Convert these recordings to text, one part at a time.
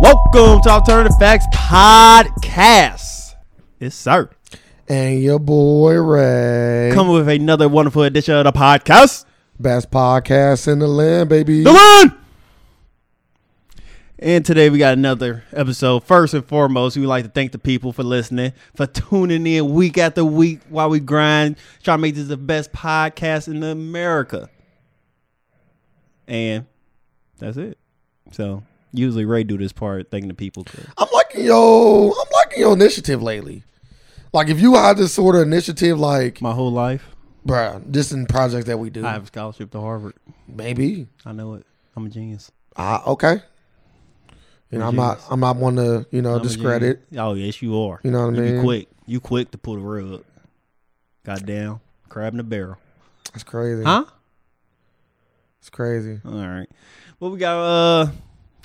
Welcome to Alternative Facts Podcast. It's sir. And your boy Ray. Coming with another wonderful edition of the podcast. Best podcast in the land, baby. The one. And today we got another episode. First and foremost, we would like to thank the people for listening, for tuning in week after week while we grind, try to make this the best podcast in America. And that's it. So usually Ray do this part, thanking the people. Too. I'm liking yo. I'm liking your initiative lately. Like if you had this sort of initiative, like My whole life, bruh, this in projects that we do, I have a scholarship to Harvard. maybe. I know it. I'm a genius. Ah, okay. You know, I'm not. I'm not one to you know I'm a discredit. genius. Oh yes, you are. You know what I You mean? quick. You quick to pull the rug up. Goddamn, crab in a barrel. That's crazy. Huh? It's crazy. All right. Well, we got. Uh,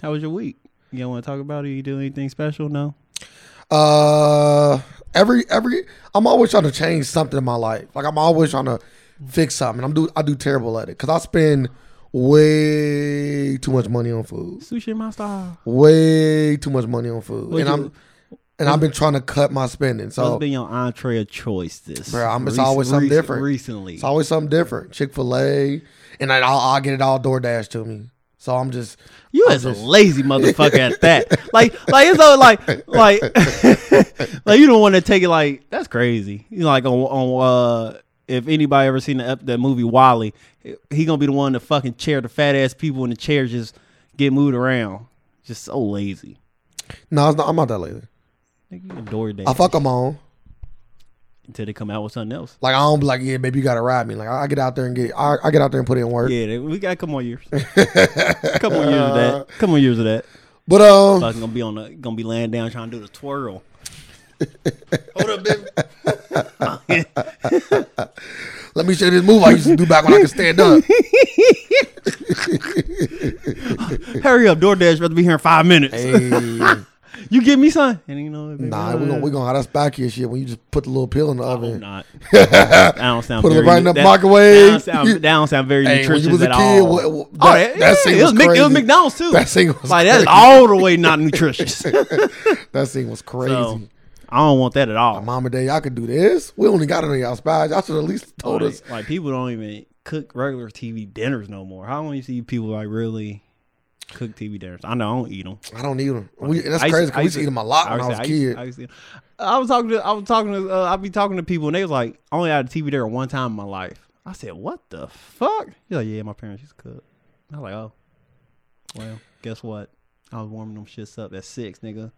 how was your week? You don't want to talk about it? You do anything special? No. Uh, every every I'm always trying to change something in my life. Like I'm always trying to fix something. I'm do I do terrible at it because I spend way too much money on food. Sushi in my style. Way too much money on food, What'd and you- I'm and I've been trying to cut my spending. What's So been your entree of choice? This, Bruh, I'm- it's always something different. Recently, it's always something different. Chick Fil A, and I I'll, I'll get it all DoorDash to me. So I'm just You as a lazy motherfucker at that. Like, like it's all like, like, like you don't want to take it. Like that's crazy. You know, like on on uh, if anybody ever seen the ep- that movie Wally, he gonna be the one to fucking chair the fat ass people in the chair just get moved around. Just so lazy. no, it's not, I'm not that lazy. Nigga, you adore that I fuck them on. until they come out with something else. Like I don't be like, yeah, baby, you gotta ride me. Like I, I get out there and get, I, I get out there and put in work. Yeah, they- we got a couple more years. couple more years of that. Couple more years of that. But um, Fucking gonna be on the gonna be laying down trying to do the twirl. Hold up, baby. Let me show you this move I used to do back when I could stand up. Hurry up, DoorDash about to be here in five minutes. hey, You give me some. And you know, baby, nah, uh, we're gonna, we gonna have us back here shit when you just put the little pill in the I'm oven. not. That don't sound Put it very, right in the that- microwave. That don't sound, that don't sound very Hey, when nutritious you was a at kid, all. what- what- oh, that- that, that yeah, thing it was, was Mc- it was crazy. McDonald's too. That thing was like that's crazy. all the way not nutritious. so, That thing was crazy. I don't want that at all. Mama Day, y'all could do this. We only got it on y'all spies. Y'all should at least Oh, told us. Like, like, people don't even cook regular TV dinners no more. How long you see people like really cook TV dinners? I know I don't eat them. I don't need them. We, and that's I used- crazy because I we used used to eat them a lot when I was used- a used- kid. I, used to- I was talking to I was talking to uh, I be talking to people and they was like I only had a TV there one time in my life. I said, "What the fuck?" He's like, "Yeah, my parents used to cook." I was like, "Oh, well, guess what? I was warming them shits up at six, nigga.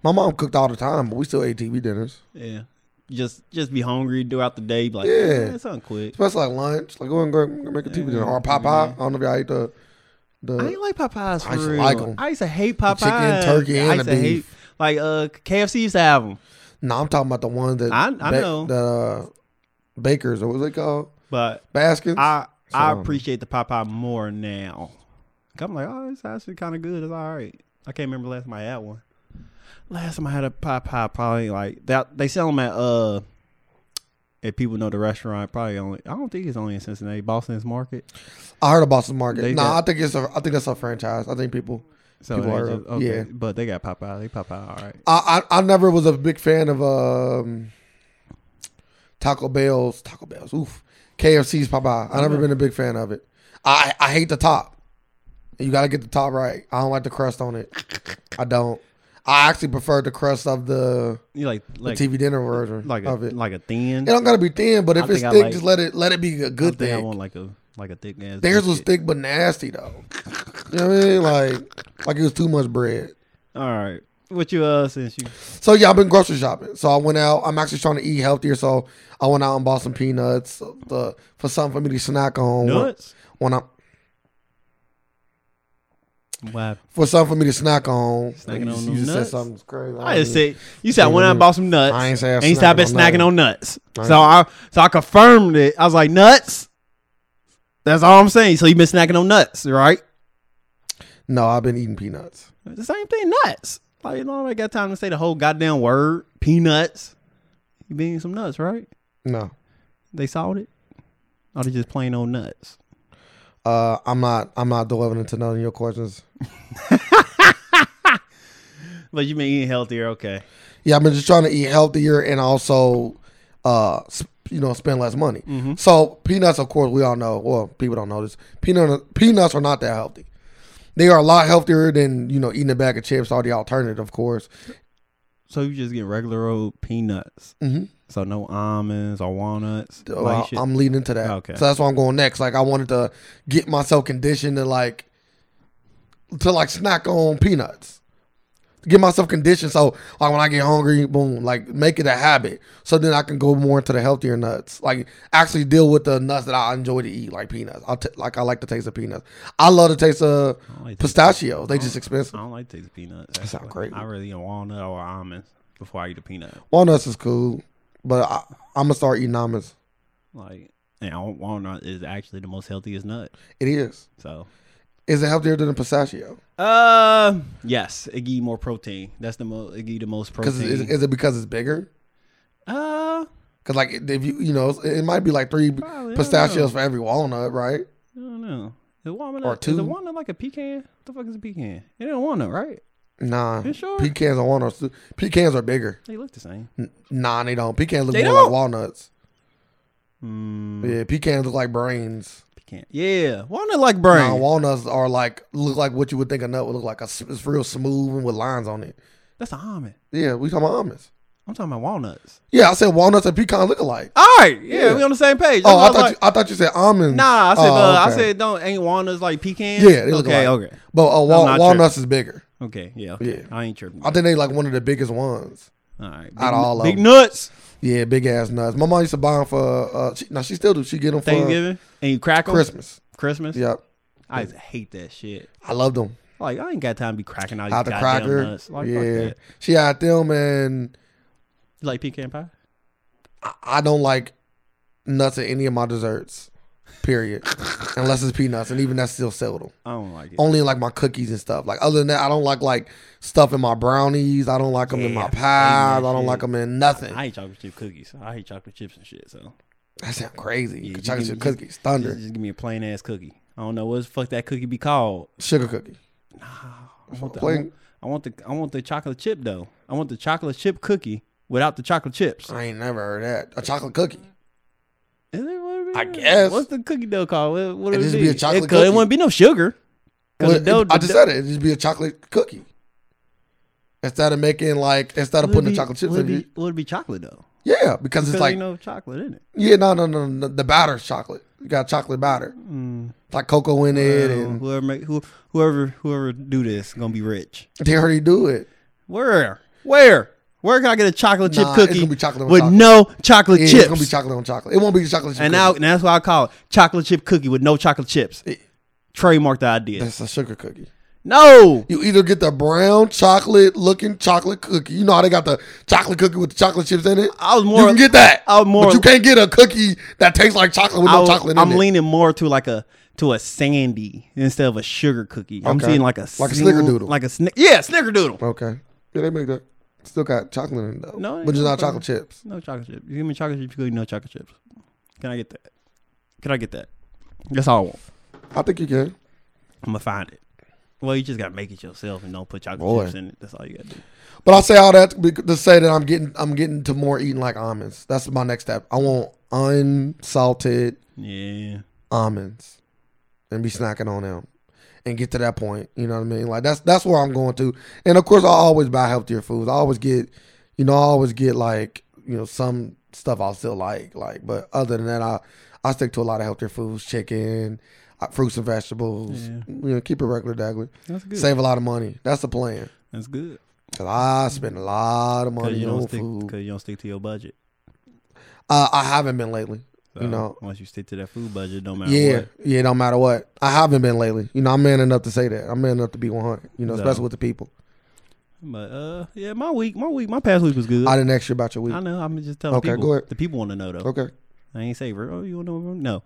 My mom cooked all the time, but we still ate TV dinners. Yeah, just just be hungry throughout the day. Be like, Yeah. yeah, something quick. Especially like lunch. Like, go and go make a TV dinner. Or Popeye. I don't know if y'all ate the. Mm-hmm. I the ain't like Popeyes for I used to real. like 'em. I used to hate Popeyes. turkey, and I used the to hate- beef. Like uh, KFC used to have them, no, I'm talking about the one that. I- I ba- know. The uh, Bakers, or what was it called? but Baskins. I I So- um, appreciate the Popeye more now. 'Cause I'm like, oh, it's actually kind of good. It's all right. I can't remember the last time I had one. Last time I had a Popeye, probably like that. They sell them at uh, if people know the restaurant, probably only. I don't think it's only in Cincinnati, Boston's Market. I heard of Boston Market. They nah, got- I think it's a, I think that's a franchise. I think people. So People they are- just- okay. yeah. but they got Popeye. They Popeye, all right. I, I I never was a big fan of um, Taco Bell's Taco Bell's. Oof, KFC's Popeye. I never been a big fan of it. I I hate the top. You got to get the top right. I don't like the crust on it. I don't. I actually prefer the crust of the, You like the like TV dinner version like a, of it. like a thin. it don't gotta be thin, but if think it's I thick, like- just let it let it be a I good think I thing. want like a like a thick ass. Theirs was biscuit. thick but nasty though. You know what I mean? Like like it was too much bread. all right. What you uh since you So yeah, I've been grocery shopping. So I went out. I'm actually trying to eat healthier. So I went out and bought some peanuts uh, for something for me to snack on. When, nuts? when I Wow. for something for me to snack on. Snacking you on just, them you just said nuts? something crazy. I just said you said I went out and Mhm. bought some nuts. I ain't say I and you said I've been snacking snacking on nuts. I So I so I confirmed it. I was like nuts. That's all I'm saying. So you've been snacking on nuts, right? No, I've been eating peanuts. The same thing, nuts. Like you know, I got time to say the whole goddamn word peanuts. You been eating some nuts, right? No, They salted. Or they just plain old nuts. uh, I'm not. I'm not delivering to none of your questions. But you've been eating healthier, okay? Yeah, I've been just trying to eat healthier and also, uh, sp- you know, spend less money. So peanuts, of course, we all know. Well, people don't know this. Peanut peanuts are not that healthy. They are a lot healthier than you know eating a bag of chips. All the alternative, of course. So you just get regular old peanuts. Mm-hmm. So no almonds or walnuts. Well, Like you should- uh, I'm leading into that. Okay. So that's why I'm going next. Like I wanted to get myself conditioned to like to like snack on peanuts. Get myself conditioned so like when I get hungry, boom, like make it a habit. So then I can go more into the healthier nuts. Like actually deal with the nuts that I enjoy to eat, like peanuts. I t- like I like the taste of peanuts. I love the taste of I don't like taste- pistachios. They just expensive. I don't like taste peanuts. sound actually. great. I really eat a walnut or almonds before I eat a peanut. Walnuts is cool, but I, I'm gonna start eating almonds. Like, and al- walnut is actually the most healthiest nut. It is. So, Is it healthier than a pistachio? uh, yes, it give you more protein. That's the most. It give you the most Because protein. is, is it because it's bigger? uh, Cause like if you you know it might be like three Probably, I pistachios for every walnut, right? I don't know. Is walnut Or Is two. a walnut like a pecan? What the fuck is a pecan? It ain't a walnut, right? Nah, You sure? pecans and walnuts. Pecans are bigger. They look the same. N- Nah, they don't. Pecans look They more like don't? walnuts. Mm, Yeah, pecans look like brains. pecan. Yeah, walnut like Nah, brain. walnuts are like look like what you would think a nut would look like. A s- It's real smooth and with lines on it. That's an almond. Yeah, we talking about almonds. I'm talking about walnuts. Yeah, I said walnuts and pecans look alike. All right, yeah, Yeah. we on the same page. That's Oh, why I was thought like- you, I thought you said almonds. Nah, I said Oh, uh, I okay. said don't ain't walnuts like pecans. yeah. They look okay, alike. okay, But uh, I'm wal- not walnuts is bigger. okay, yeah, okay. Yeah. I ain't tripping. I think they like one of the biggest ones. all right, big, out of all of big them. nuts. Yeah, big ass nuts. My mom used to buy them for. Uh, she, no, she still do. She get them for Thanksgiving and you crack 'em? Christmas. Christmas. Yep, I hate that shit. I loved them. Like I ain't got time to be cracking all these Out the goddamn cracker. nuts. Like fuck yeah, that. she had them, and You like pecan pie? I, I don't like nuts in any of my desserts. Period. Unless it's peanuts, and even that's still seldom. I don't like it. Only in, like my cookies and stuff. Like other than that, I don't like like stuff in my brownies. I don't like them Yeah, in I my hate that pies. I don't shit. like them in nothing. I hate chocolate chip cookies. I hate chocolate chips and shit. So that sounds crazy. Yeah, you Chocolate give chip me- cookies, thunder, just, just give me a plain ass cookie. I don't know what the fuck that cookie be called. sugar cookie. I want, the, I, Plain- want, I want the I want the chocolate chip though. I want the chocolate chip cookie without the chocolate chips. I ain't never heard that. A chocolate cookie. Is it what it I is? guess. What's the cookie dough called? What, what would It'd it just be? be a chocolate it, could- it cookie. wouldn't be no sugar. 'Cause Well, the dough- it- I just the said it. It'd just be a chocolate cookie. Instead of making like instead of Would it putting be, the chocolate chips would it in be, it. would it be chocolate though? Yeah, because it's Because like ain't no chocolate in it. yeah, no, no, no, no. The batter's chocolate. You got chocolate batter. It's Like cocoa in it Mm. Well, and Um, whoever make who, whoever whoever do this gonna be rich. they already do it. Where where where can I get a chocolate chip Nah, it's cookie gonna be chocolate on with chocolate. no chocolate Yeah, chips? it's gonna be chocolate on chocolate. It won't be chocolate chip and now cookie. and that's why I call it chocolate chip cookie with no chocolate chips. It- Trademark the idea. That's a sugar cookie. no. You either get the brown chocolate looking chocolate cookie. You know how they got the chocolate cookie with the chocolate chips in it? I was you more can get that. I was more- but you can't get a cookie that tastes like chocolate with I no was- chocolate in I'm it. leaning more to like a to a sandy instead of a sugar cookie. I'm Okay. seeing like a Like a smooth- snickerdoodle. like a snick. Yeah, snickerdoodle. Okay. Yeah, they make that. Still got chocolate in it though. No, it but ain't it's no not problem. chocolate chips. No chocolate chip. You give me chocolate chip cookie, no chocolate chips. Can I get that? Can I get that? That's all I want. I think you can. I'm gonna find it. Well, you just gotta make it yourself and don't put chocolate Boy. chips in it. That's all you gotta do. But I say all that to, be, to say that I'm getting I'm getting to more eating like almonds. That's my next step. I want unsalted Yeah. almonds and be snacking on them and get to that point. You know what I mean? Like that's that's where I'm going to. And of course, I always buy healthier foods. I always get, you know, I always get like you know some stuff I still like, like. But other than that, I I stick to a lot of healthier foods, chicken, uh, fruits and vegetables. Yeah. You know, keep it regular, daggler. That's good. Save a lot of money. That's the plan. That's good. Cause I spend a lot of Cause money you don't on stick. food. Cause you don't stick to your budget. Uh, I haven't been lately. So You know. once you stick to that food budget, it don't matter Yeah, what. yeah. No matter what, I haven't been lately. You know, I'm man enough to say that. I'm man enough to be 100. You know, No. especially with the people. But uh, yeah, my week, my week, my past week was good. I I, didn't ask you about your week. know. I'm just telling Okay, people. go ahead. The people want to know though. Okay. I ain't say, oh, you want to know? No.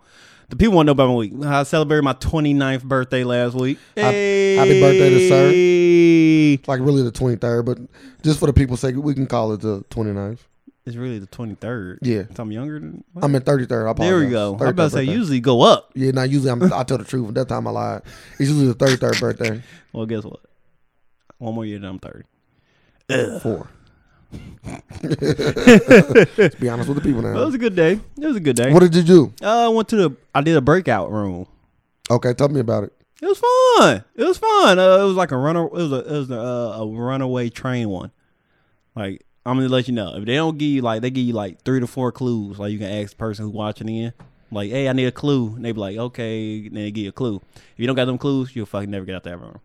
The people want to know about my week. I celebrated my 29th birthday last week. Happy- happy birthday to sir. Hey. Like really the 23rd, but just for the people's sake, we can call it the 29th. It's really the 23rd. Yeah. So I'm younger than. what? I mean 33rd. I apologize. there we go. I'm 33rd about to say, birthday. usually go up. Yeah, now usually I'm, I tell the truth. That time I lied. It's usually the 33rd birthday. Well, guess what? One more year, then I'm 30. Four. Let's be honest with the people Well, it now. was a good day. It was a good day. What did you do? Uh, I went to the. I did a breakout room. Okay, tell me about it. It was fun. It was fun. Uh, it was like a runner. It was a it was a, uh, a runaway train one. Like I'm gonna let you know if they don't give you like they give you like three to four clues. Like you can ask the person who's watching in. Like hey, I need a clue. And they be like okay. And they give you a clue. If you don't got them clues, you'll fucking never get out that room.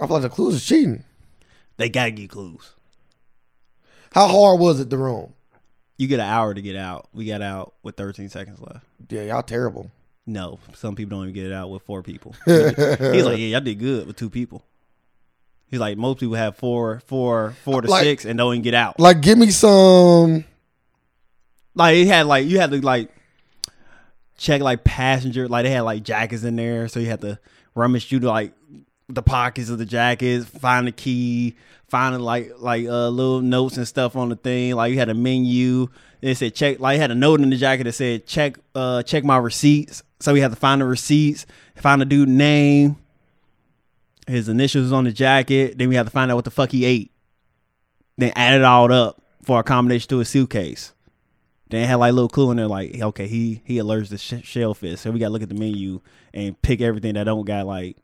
I feel like the clues is cheating. They gotta give you clues. How hard was it, the room? You get an hour to get out. We got out with 13 seconds left. Yeah, y'all terrible. No, some people don't even get it out with four people. He's like, yeah, y'all did good with two people. He's like, most people have four, four, four to Like- six, and don't even get out. Like, give me some. Like it had like you had to like check like passenger, like they had like jackets in there, so you had to rummage through like the pockets of the jackets, find the key, finding like like uh, little notes and stuff on the thing. Like you had a menu. and It said check. Like you had a note in the jacket that said check uh check my receipts. So we had to find the receipts, find the dude name, his initials on the jacket. Then we had to find out what the fuck he ate. Then add it all up for a combination to a suitcase. Then it had like a little clue in there, like okay, he he allergic to sh- shellfish, so we gotta look at the menu and pick everything that don't got like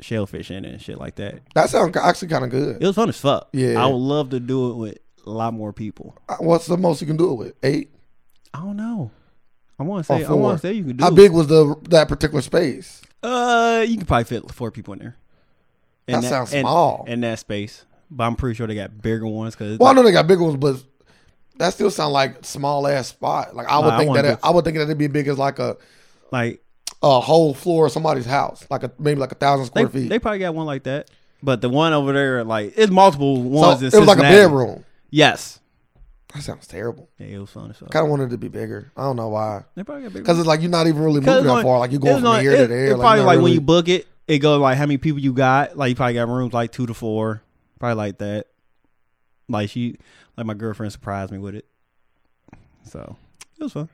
shellfish in it and shit like that. That sounds actually kind of It good. was fun as fuck. Yeah. I would love to do it with a lot more people. Uh, What's the most you can do it with? Eight? I don't know. I want to Or say I Oh, four? want to say you can do. How it. big was the that particular space? Uh, you can probably fit four people in there. In That sounds in- small. in that space, but I'm pretty sure they got bigger ones because Well, I know they got big ones, but that still sound like small ass spot. Like I would Nah, I think that wanna it, I would think that it'd be big as like a, like a whole floor of somebody's house, like a maybe like a thousand they, square feet. they probably got one like that. But the one over there, like it's multiple So ones. in it was like a Cincinnati. bedroom. Yes, That sounds terrible. yeah, it was fun as fuck. Kind of wanted it to be bigger. I don't know why. They probably got bigger. Because it's like you're not even really Cause moving that on- far. Like you're it's going from on- here it- to there. it probably you're not like when really- you book it, it goes like how many people you got. Like you probably got rooms like two to four, probably like that. Like she, like my girlfriend surprised me with it, so it was fun,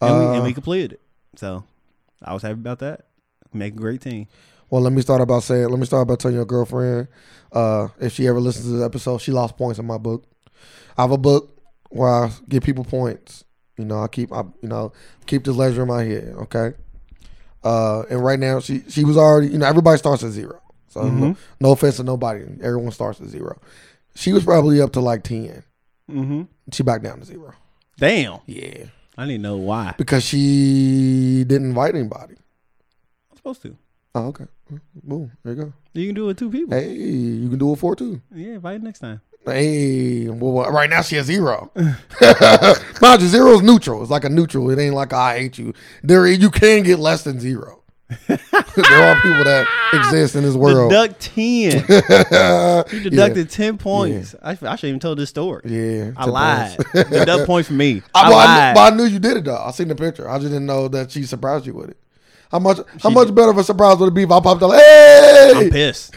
and, we, and Uh, we completed it. So I was happy about that. Make a great team. Well, let me start about saying. Let me start by telling your girlfriend, uh, if she ever listens to this episode, she lost points in my book. I have a book where I give people points. You know, I keep, I you know, keep this ledger in my head. Okay. Uh, and right now she she was already. You know, everybody starts at zero. So no, no offense to nobody. Everyone starts at zero. She was probably up to like ten. Mm-hmm. She back down to zero. Damn, Yeah, I didn't know why. because she didn't invite anybody. I'm supposed to. Oh, okay. Boom. There you go. You can do it with two people. Hey, you can do it for too. Yeah, invite next time. Hey, well, well, right now she has zero. Mind you, zero is neutral. It's like a neutral. It ain't like a I hate you. There, you can get less than zero. there are people that exist in this world. Deduct ten. you deducted ten points. I, I should even tell this story. yeah, I lied. Deduct points for me. I, I, well, I, lied. knew, but I knew you did it though. I seen the picture. I just didn't know that she surprised you with it. How much? How much better of a surprise would it be if I popped up? I'm Hey, pissed.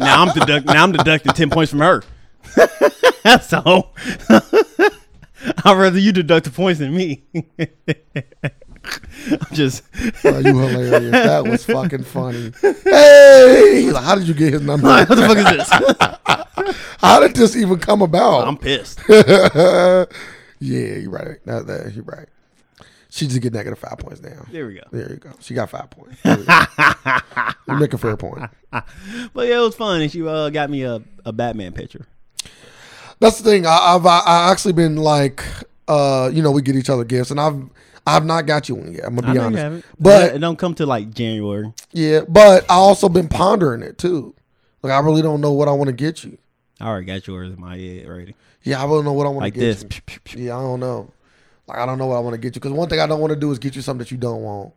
now I'm deduct. Now I'm deducting ten points from her. so I'd rather you deduct the points than me. I'm just Bro, you hilarious. That was fucking funny. Hey, He's like, how did you get his number? what the fuck is this? How did this even come about? I'm pissed. yeah, you're right. That, that, you're right. She just get negative five points now. There we go. There you go. She got five points. There we go. you make a fair point. But yeah, it was fun, and she uh, got me a, a Batman picture. That's the thing. I, I've I, I actually been like, uh, you know, we get each other gifts, and I've I've not got you one yet. I'm gonna I be know you honest, haven't. but it don't come to like January. yeah, but I also been pondering it too. Like I really don't know what I want to get you. I already got yours in my head already. Yeah, I really don't know what I want Like to get this. you. Yeah, I don't know. Like I don't know what I want to get you because one thing I don't want to do is get you something that you don't want.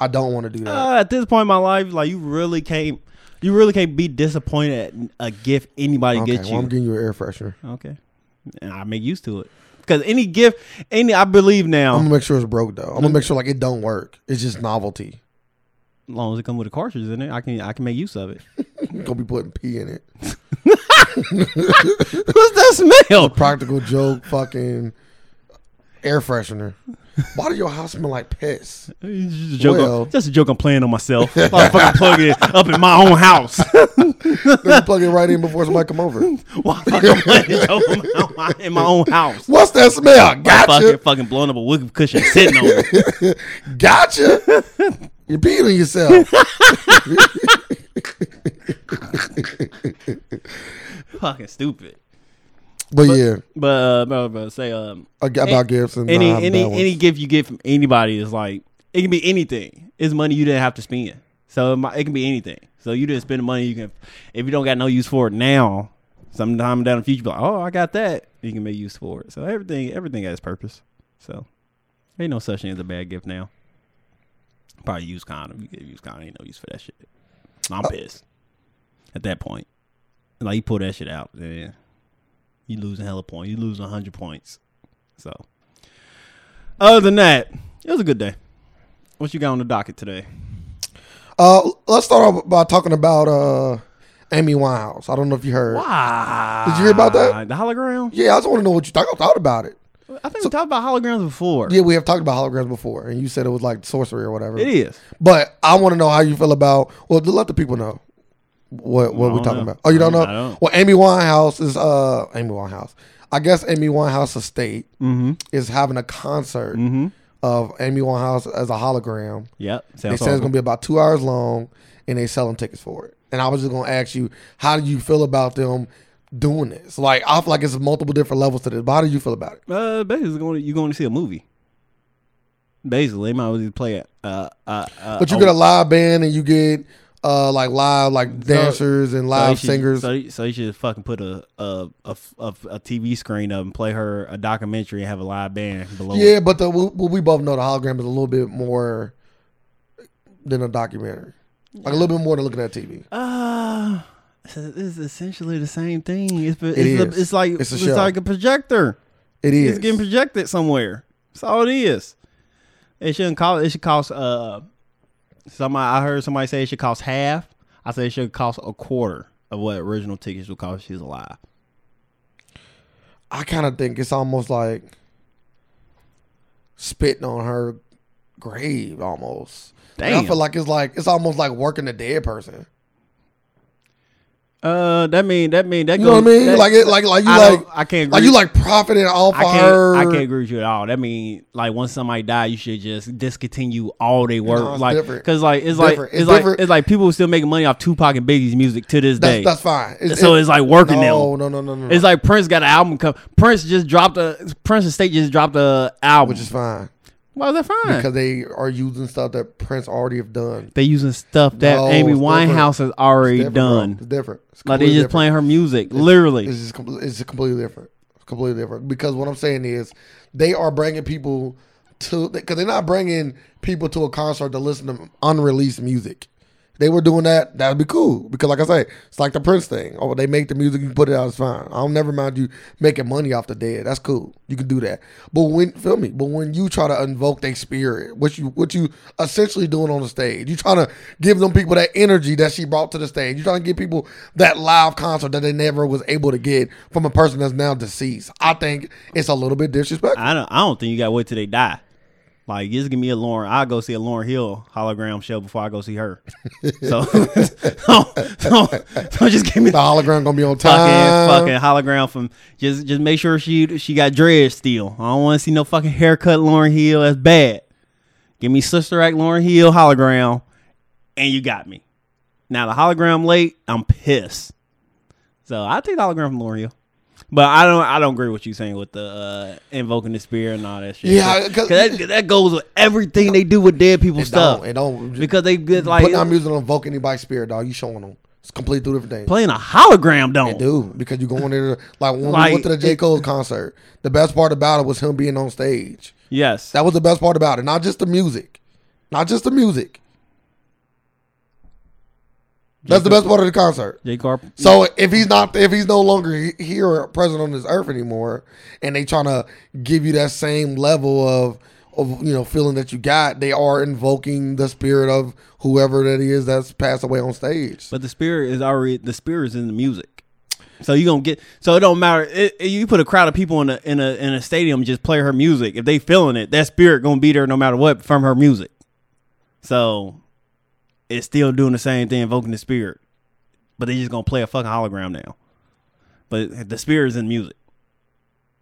I don't want to do that. Uh, at this point in my life, like you really can't, you really can't be disappointed at a gift anybody okay, gets well, I'm you. getting you an air freshener. okay, and I make used to it because any gift, any I believe now, I'm gonna make sure it's broke though. I'm gonna make sure like it don't work. It's just novelty. as long as it comes with a cartridge in it, I can I can make use of it. I'm gonna be putting pee in it. What's that smell? Practical joke, fucking air freshener. Why does your house smell like piss? It's Just a joke. Well. just a joke. I'm playing on myself. I'm fucking plugging it up in my own house. Let's plug it right in before somebody come over. Why fucking play a joke in my- in my own house? What's that smell? Fucking Gotcha, fucking blowing up a wood cushion sitting on it. gotcha. You're peeing on yourself. fucking stupid. But yeah, But uh, but, but say um, about Gibson. any nah, I have any bad ones. any gift you get from anybody is like it can be anything. It's money you didn't have to spend, so it, might, it can be anything. So you didn't spend the money you can if you don't got no use for it now. Sometime down the future, be like, oh, I got that. You can make use for it. So everything everything has purpose. So ain't no such thing as a bad gift now. Probably use condom. You get use condom. Ain't no use for that shit. I'm pissed at that point. Like you pull that shit out, then you losing hella points. You losing hundred points. So other than that, it was a good day. What you got on the docket today? Uh, let's start off by talking about uh Amy Winehouse. I don't know if you heard. Wow. Did you hear about that? The hologram? Yeah, I just want to know what you thought, thought about it. I think we talked about holograms before. Yeah, we have talked about holograms before, and you said it was like sorcery or whatever. It is. But I want to know how you feel about. Well, let the people know what what I we're don't talking know. about. Oh, you don't know? I don't. Well, Amy Winehouse is uh Amy Winehouse. I guess Amy Winehouse estate Mm-hmm. is having a concert of Amy Winehouse as a hologram. Yep. They Sounds said it's awesome. gonna be about two hours long, and they selling tickets for it. And I was just gonna ask you, how do you feel about them doing this? Like, I feel like it's multiple different levels to this. But how do you feel about it? uh, basically, going you're going to see a movie. Basically, they might as well just play it. Uh, uh, uh, But you a- get a live band, and you get uh like live like dancers and so you live should- singers. So, you- so you should fucking put a a, a f- a f- a TV screen up and play her a documentary and have a live band below. it. yeah, but the we, we both know the hologram is a little bit more than a documentary. Like a little bit more than looking at TV. Uh, it's essentially the same thing. It's, it's, is. A, it's like It's it's, a shell. like a projector. It is. It's getting projected somewhere. That's all it is. It shouldn't cost. It should cost. Uh, somebody I heard somebody say it should cost half. I say it should cost a quarter of what original tickets would cost. if She's alive. I kind of think it's almost like spitting on her grave almost. Like, I Damn. feel like it's like it's almost like working a dead person. Uh, that mean that mean that You know what I goes- mean? that- like it, like like you I like don't- I can't agree. like you like profiting off I of can't, her. I can't agree with you at all. That mean like once somebody die, you should just discontinue all they work. it's like different. because like it's like different. it's, It's like different. it's like people still making money off Tupac and Biggie's music to this That's day. that's fine. It's, so it- it's like working no, them. no, no, no, no, no, It's like Prince got an album come. Prince just dropped a Prince Estate just dropped a album. which is fine Why is that fine? because they are using stuff that Prince already have done. they using stuff that No, Amy it's Winehouse has already Different, bro. done. It's different. It's Like they completely just different. playing her music, literally. It's just compl- it's just completely different. It's completely different because what I'm saying is they are bringing people to because they're not bringing people to a concert to listen to unreleased music. If They were doing that. That'd be cool because, like I say, it's like the Prince thing. Oh, they make the music, you put it out. It's fine. I'll never mind you making money off the dead. That's cool. You can do that. But when feel me. But when you try to invoke their spirit, what you what you essentially doing on the stage, you trying to give them people that energy that she brought to the stage. You trying to give people that live concert that they never was able to get from a person that's now deceased. I think it's a little bit disrespectful. I don't. I don't think you got to wait till they die. Like just give me a Lauren. I'll go see a Lauren Hill hologram show before I go see her. So, so, so, so just give me The the hologram gonna be on fucking time. fucking hologram from just just make sure she she got dreads still. I don't want to see no fucking haircut Lauren Hill. That's bad. Give me Sister Act Lauren Hill hologram, and you got me. Now the hologram late. I'm pissed. So I take the hologram from Lauren Hill. But I don't, I don't agree with you saying with the uh, invoking the spirit and all that shit. Yeah, 'cause- because that, that goes with everything they do with dead people It don't. stuff. It don't. Because they get like putting out music on invoke anybody's spirit, dog. You showing them. It's completely two different things. playing a hologram. Don't Dude, because you going there like when we Like, went to the J. it- Cole concert, the best part about it was him being on stage. yes, That was the best part about it. Not just the music. Not just the music. That's the best part of the concert. J. Carp. So if he's not if he's no longer he- here or present on this earth anymore, and they trying to give you that same level of of you know feeling that you got, they are invoking the spirit of whoever that is that's passed away on stage. But the spirit is already the spirit is in the music. So you gonna get so it don't matter. It, it- you put a crowd of people in a in a in a stadium, just play her music. If they feeling it, that spirit gonna be there no matter what from her music. So it's still doing the same thing, invoking the spirit, but they just gonna play a fucking hologram now. But the spirit is in music.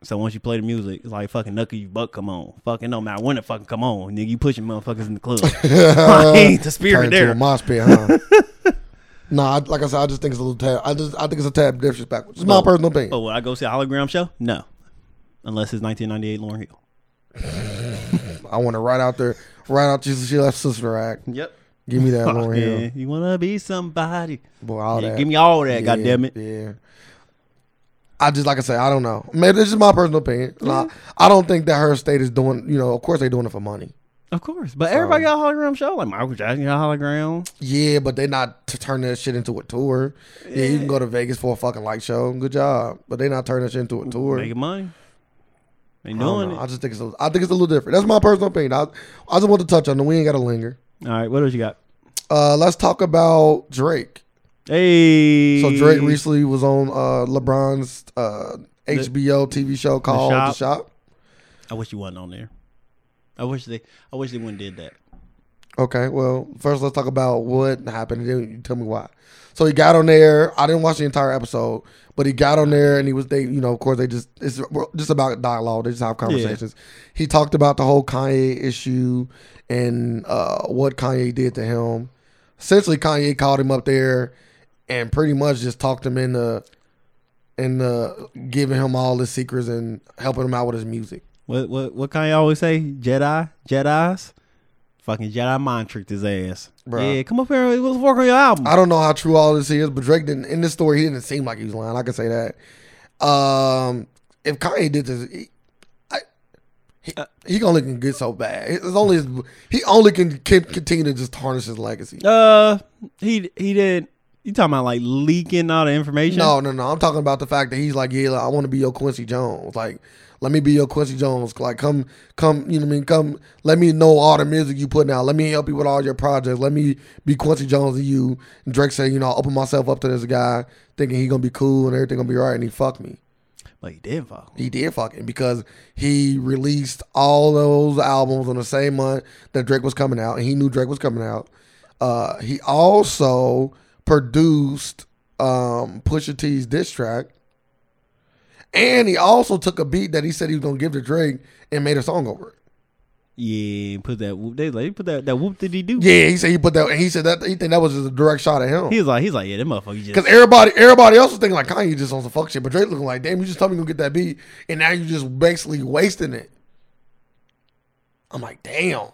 So once you play the music, it's like fucking Nucky, you buck come on. Fucking no matter when it fucking come on, nigga, you pushing motherfuckers in the club. Like, the spirit Turned into there. a mosh pit, huh? nah, I, like I said, I just think it's a little tab. I just I think it's a tab disrespectful. It's my Oh. personal opinion. But would I go see a hologram show? No, unless it's 1998 Lauren Hill. I want to right out there, right out. She, she left Sister Act. Yep. Give me that Fuck Lauren yeah. Hill. You wanna be somebody? Boy, all Yeah, that. give me all that, Yeah, God damn it. Yeah. I just like I say, I don't know. Man, this is my personal opinion. Nah, Mm-hmm. I don't think that her state is doing. You know, of course they're doing it for money. Of course, but everybody Um, got a hologram show. Like Michael Jackson got a hologram. Yeah, but they not t- turning that shit into a tour. Yeah, you can go to Vegas for a fucking light show. Good job, but they not turning that shit into a tour. Making money. They I, don't doing know. it. I just think it's a, I think it's a little different. That's my personal opinion. I, I just want to touch on it. We ain't got to linger. All right, what else you got? Uh, let's talk about Drake. Hey. So Drake recently was on uh, LeBron's uh, HBO TV show called The Shop. Shop. I wish you wasn't on there. I wish they. I wish they wouldn't did that. Okay, well, first let's talk about what happened. and Then you tell me why. So he got on there. I didn't watch the entire episode, but he got on there and he was they you know of course they just it's just about dialogue. They just have conversations. He talked about the whole Kanye issue and uh, what Kanye did to him. Essentially, Kanye called him up there and pretty much just talked him into into giving him all his secrets and helping him out with his music. What what what Kanye always say? Jedi, Jedi's, fucking Jedi mind tricked his ass. Bruh. Yeah, come up here. and Let's work on your album. I don't know how true all this is, but Drake didn't in this story. He didn't seem like he was lying. I can say that. Um, if Kanye did this, he, I, he, he only can get so bad. It's only he only can keep, continue to just tarnish his legacy. uh, he he did. You talking about like leaking all the information? No, no, no. I'm talking about the fact that he's like, yeah, like, I want to be your Quincy Jones. Like, let me be your Quincy Jones. Like, come, come. You know what I mean? Come. Let me know all the music you putting out. Let me help you with all your projects. Let me be Quincy Jones to you. And Drake said, you know, I open myself up to this guy, thinking he gonna be cool and everything gonna be right, and he fucked me. but he did fuck. He did fucking because he released all those albums on the same month that Drake was coming out, and he knew Drake was coming out. Uh, he also produced um, Pusha T's diss track, and he also took a beat that he said he was gonna give to Drake and made a song over it. Yeah, put that whoop. They like put that that whoop. Did he do? Yeah, he said he put that, and he said that he think that was just a direct shot at him. He was like, he's like, yeah, that motherfucker just Cause everybody, everybody else was thinking like Kanye just on some fuck shit, but Drake looking like, damn, you just told me you gonna get that beat, and now you just basically wasting it. I'm like, damn.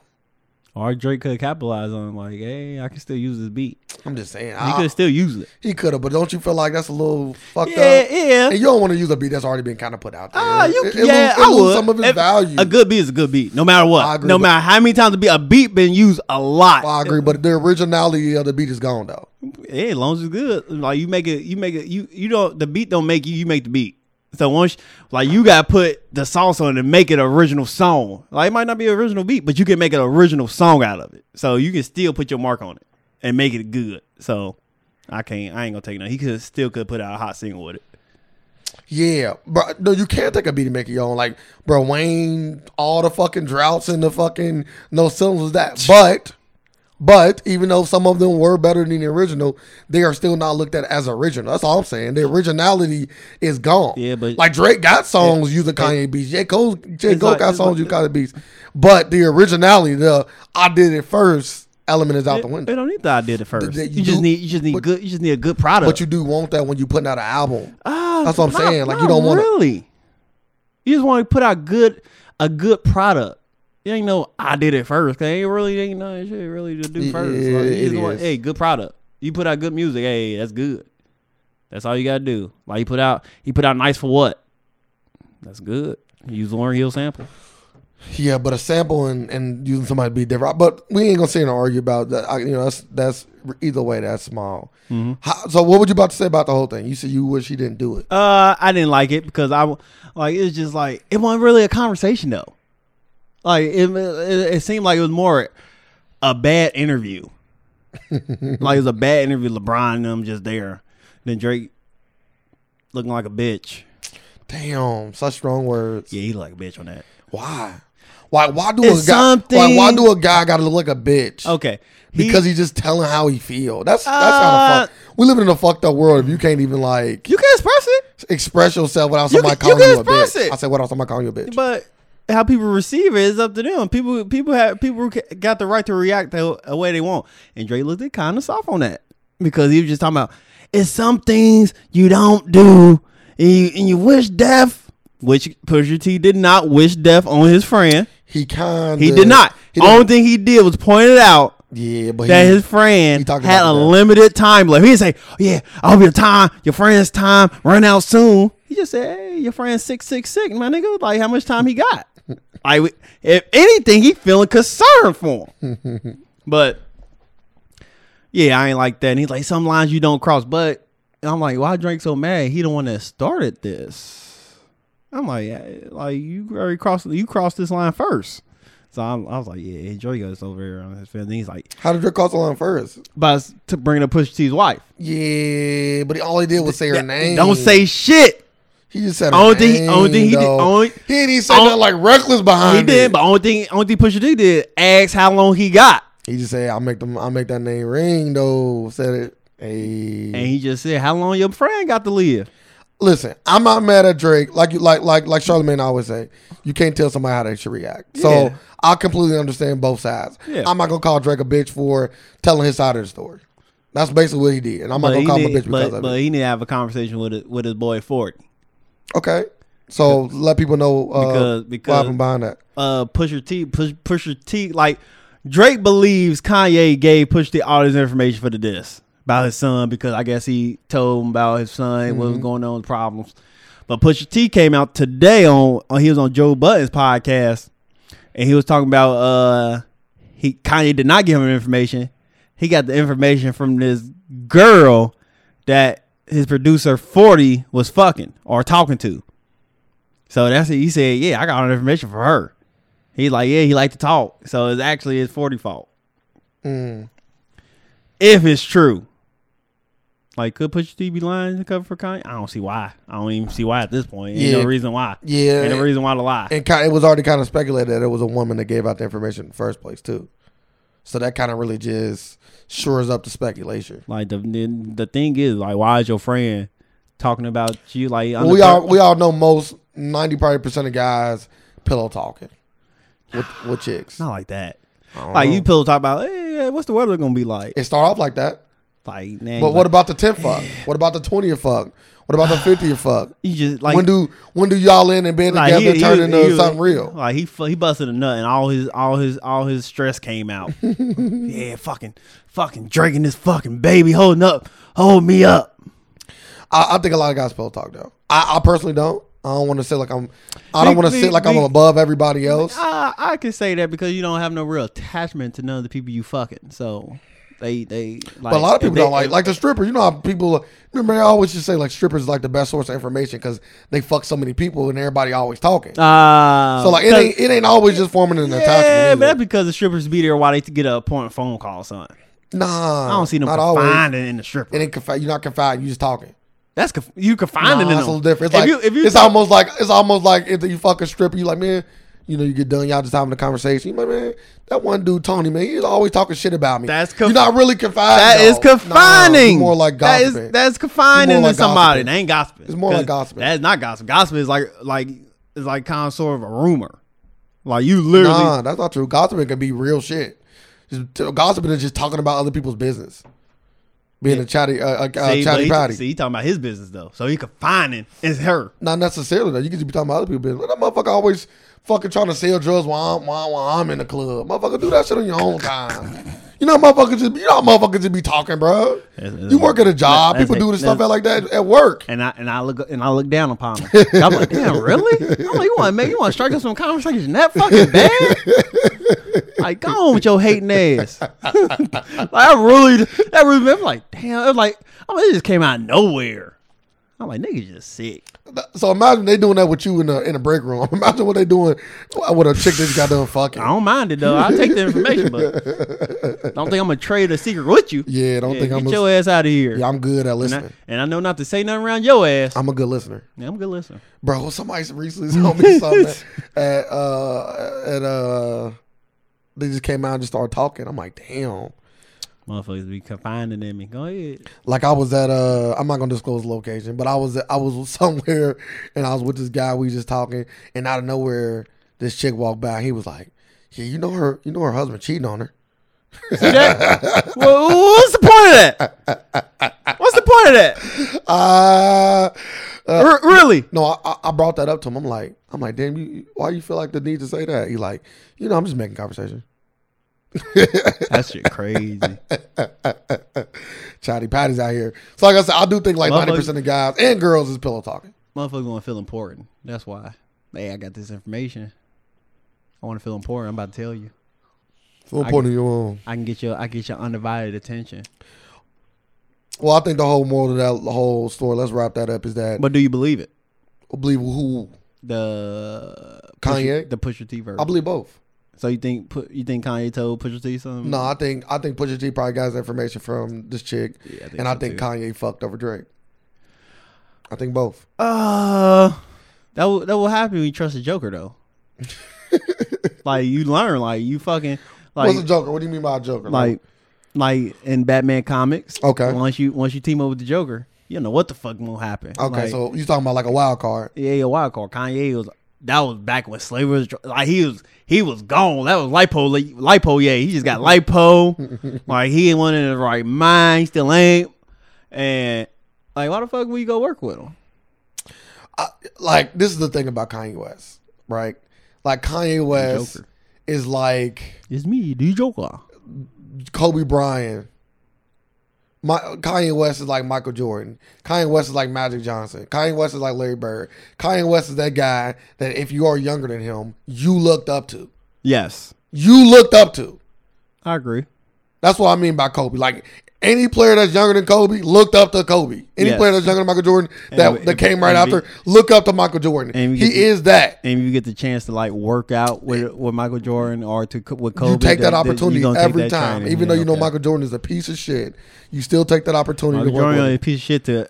or Drake could capitalize on like, hey, I can still use this beat. I'm just saying, He could I, still use it. he could have, but don't you feel like that's a little fucked Yeah, up? yeah. And you don't want to use a beat that's already been kind of put out there. Ah, you, It- it yeah, lose- it I lose would. Some of its If- value. A good beat is a good beat, no matter I what. agree, No but- matter how many times a beat, a beat been used a lot. I agree, but the originality of the beat is gone though. Yeah, as long as it's good. Like you make it, you make it. You you don't. The beat don't make you. You make the beat. So once, like you got to put the sauce on it and make it an original song. Like it might not be an original beat, but you can make an original song out of it. So you can still put your mark on it and make it good. So I can't. I ain't gonna take no. He could still could put out a hot single with it. Yeah, bro. No, you can't take a beat and make it your own. Like, bro, Wayne, all the fucking droughts and the fucking no ceilings was that. But, but even though some of them were better than the original, they are still not looked at as original. That's all I'm saying. The originality is gone. Yeah, but- like Drake got songs using Kanye beats. J Cole, J It's Cole like- got it's songs like- using Kanye beats. But the originality, the I did it first element is out the They window. don't need the idea at first. that You, you just do- need. You just need good. You just need a good product. But you do want that when you putting out an album. Ah, That's what I'm not- saying. Like, you not don't wanna- really. You just want to put out good a good product. You ain't know I did it first. 'cause ain't really ain't no shit really to do Yeah, first. Like, you it just want, is. hey, good product. You put out good music. Hey, that's good. That's all you gotta do. Like you put out, he put out nice for what? That's good. Use Lauren Hill sample. Yeah, but a sample and, and using somebody to be different. But we ain't gonna sit and argue about that. I, you know, that's that's either way. That's small. How, so what would you about to say about the whole thing? You said you wish he didn't do it. Uh, I didn't like it because I w- like it was just like it wasn't really a conversation though. Like it, it, it seemed like it was more a bad interview. like it was a bad interview. LeBron and them just there. Then Drake looking like a bitch. Damn, such strong words. Yeah, he look like a bitch on that. Why? Why? Why do It's a guy? Why, why something- do a guy got to look like a bitch? Okay, He- Because he's just telling how he feel. That's that's how Uh, the fuck we live in a fucked up world. If you can't even like you can express it, express yourself without You somebody can- you calling you, can a express bitch, it. I said without somebody calling you a bitch. but how people receive it is up to them. People, people have people ca- got the right to react the the way they want. And Dre looked kind of soft on that because he was just talking about it's some things you don't do, and you, and you wish death. Which Pusha T did not wish death on his friend. he kind. He did not. He Only didn't- thing he did was point it out yeah, but that he, his friend talked had a about that. limited time left. He'd say, oh, "Yeah, I hope your time, your friend's time, run out soon." He just said, "Hey, your friend's sick, sick, sick, my nigga. Like, how much time he got? I, would- if anything, he feeling concerned for him. but yeah, I ain't like that. And he's like, some lines you don't cross. But and I'm like, why Drake so mad? He the one that started this. I'm like, yeah, like you already crossed, you crossed this line first. So I'm, I was like, yeah, Drake goes over here on his fence. And he's like, how did Drake cross the line first? by s- to bringing up Pusha T's wife. Yeah, but he- all he did was say her name. Don't say shit. He just said her Only name. thing he- only thing he did- though. only- he didn't even say only- nothing like reckless behind. He did, it. but only thing only thing Pusha T did ask how long he got, he just said, "I make them. I make that name ring." Though said it. Hey. and he just said how long your friend got to live. listen, I'm not mad at Drake. Like you, like like like Charlamagne always say, you can't tell somebody how they should react. So Yeah. I completely understand both sides. Yeah. I'm not gonna call Drake a bitch for telling his side of the story. That's basically what he did, and I'm not But gonna he call him a need, bitch because but, of but it. he need to have a conversation with it- with his boy Ford. Okay, so let people know uh, Because- what because- happened behind that. Uh, Pusher T, push, Pusher T, like Drake believes Kanye gave Pusha T all this information for the diss about his son because I guess he told him about his son what Mm-hmm. was going on, the problems. But Pusha T came out today on on- he was on Joe Button's podcast and he was talking about uh he Kanye did not give him information. He got the information from this girl that his producer Forty was fucking or talking to. So that's it. He said, "Yeah, I got all the information from her." He's like, "Yeah, he liked to talk." So it's actually his Forty fault Mm. if it's true. Like, could Pusha T be lying to cover for Kanye? I don't see why. I don't even see why at this point. Ain't Yeah. no reason why. Yeah, Ain't no reason why to lie. and kind it was already kind of speculated that it was a woman that gave out the information in the first place too. So that kind of really just shores up the speculation. Like the the the thing is, like, why is your friend talking about you? Like, under- we all we all know most ninety probably percent of guys pillow talking with with chicks. not like that. I don't Like know. you people talk about, hey, what's the weather gonna be like? Uh-huh. it start off like that. Like, man, But what about the tenth fuck? What about the twentieth fuck? What about the fiftieth fuck? you just like when do when do y'all end in bed like, together and turn into was- Oh. something real? Like he fu- he busted a nut and all his all his all his stress came out. yeah, fucking fucking drinking this fucking baby, holding up, hold me up. I, I think a lot of guys pillow talk though. I, I personally don't. I don't want to say like I'm. I don't Be- want to be- sit like I'm be- above everybody else. I I can say that because you don't have no real attachment to none of the people you fucking. So they they like But a lot of if people they- don't like if- like the strippers. You know how people remember they always just say like strippers is like the best source of information because they fuck so many people and everybody always talking. Ah, So like it because- ain't it ain't always just forming an yeah, but attachment. that's either. because the strippers be there while they get a point phone call, son. Nah, I don't see them Not always. confined in the It stripper. ain't confi- You're not confiding. You just talking. That's conf- you Nah, confined in that's them. a little different. If It's like you- if you it's talk- almost like it's almost like if you fuck a stripper, you like man, you know you get done, y'all just having a conversation. You like man, that one dude Tony man, he's always talking shit about me. That's you're conf- not really confined. That is though. Nah, confining. you more like that gossiping. is that's confining You're more to like somebody. gossiping. That ain't gossiping. It's more like 'Cause gossiping. That's not gossip. Gossip is like like is like kind of sort of a rumor. Like you literally. nah, that's not true. Gossiping can be real shit. Just t- gossiping is just talking about other people's business. Being a chatty, uh, a, a see, but chatty he, patty. see, he talking about his business though, so he confining is her. Not necessarily though. You could just be talking about other people' business. That motherfucker always fucking trying to sell drugs while I'm while, while I'm in the club. Motherfucker, do that shit on your own time. You know, motherfuckers just be- you know, motherfuckers just be talking, bro. That's- that's- You work at a job. that's- People do this stuff that's- like that at work. And I and I look and I look down upon him. I'm like, damn, really? I'm like, you want to make you want to strike up some conversation that fucking bad? Like, go on with your hating ass. like, I really, that really, I'm like, damn, it was like, I mean, it just came out of nowhere. I'm like, niggas just sick. So imagine they doing that with you in the in the break room. Imagine what they doing with a chick that just got done fucking. I don't mind it though. I'll take the information, but don't think I'm gonna trade a secret with you. Yeah, don't Yeah, think get I'm. your A, ass out of here. yeah, I'm good at and, listening. I, and I know not to say nothing around your ass. I'm a good listener, Yeah, I'm a good listener. bro. Somebody recently told me something at uh at uh they just came out and just started talking. I'm like, damn. Motherfuckers be confiding in me. Go ahead. Like I was at uh I'm not gonna disclose the location, but I was I was somewhere and I was with this guy. We just talking, and out of nowhere, this chick walked by. He was like, "Yeah, you know her. You know her husband cheating on her." See that? well, what's the point of that? What's the point of that? Uh, uh, R- really? No, I- I, I brought that up to him. I'm like, I'm like, damn, you, why you feel like the need to say that? He like, you know, I'm just making conversation. That shit crazy. Chatty patties out here. So like I said, I do think like Motherfucker- ninety percent of guys and girls is pillow talking. Motherfuckers want to feel important. That's why. Hey, I got this information. I want to feel important. I'm about to tell you. So important to your own. I can get your I get your undivided attention. Well, I think the whole moral of that whole story. Let's wrap that up. Is that But do you believe it? I believe who? The Kanye? the Pusha T verse. I believe both. so you think Pu- you think Kanye told Pusha T something? No, I think I think Pusha T probably got his information from this chick, Yeah, I think and I so, think too. Kanye fucked over Drake. I think both. Uh, that will, that will happen when you trust a Joker though. like you learn, like you fucking like What's a joker? What do you mean by a joker? like like in Batman comics. Okay. Once you once you team up with the Joker, you know what the fuck gonna happen. okay, Like, so you talking about like a wild card? yeah, yeah, wild card. Kanye was that was back when slavery was like he was he was gone. That was lipo li- lipo. Yeah, he just got lipo. like he ain't one in the right mind. He still ain't. And like, why the fuck would you go work with him? I, like this is the thing about Kanye West, right? Like Kanye West Joker. is like It's me, the Joker. Kobe Bryant. My Kanye West is like Michael Jordan. Kanye West is like Magic Johnson. Kanye West is like Larry Bird. Kanye West is that guy that if you are younger than him, you looked up to. Yes, You looked up to. I agree. That's what I mean by Kobe. Like any player that's younger than Kobe looked up to Kobe. Any Yes. player that's younger than Michael Jordan that, And- that came right and after, look up to Michael Jordan. and we he get to- is that. and you get the chance to like work out with with Michael Jordan or to co- with Kobe, You take that you opportunity gonna take every that time, training. even Yeah, though you know okay. Michael Jordan is a piece of shit. You still take that opportunity Michael to work Jordan with on a him. piece of shit to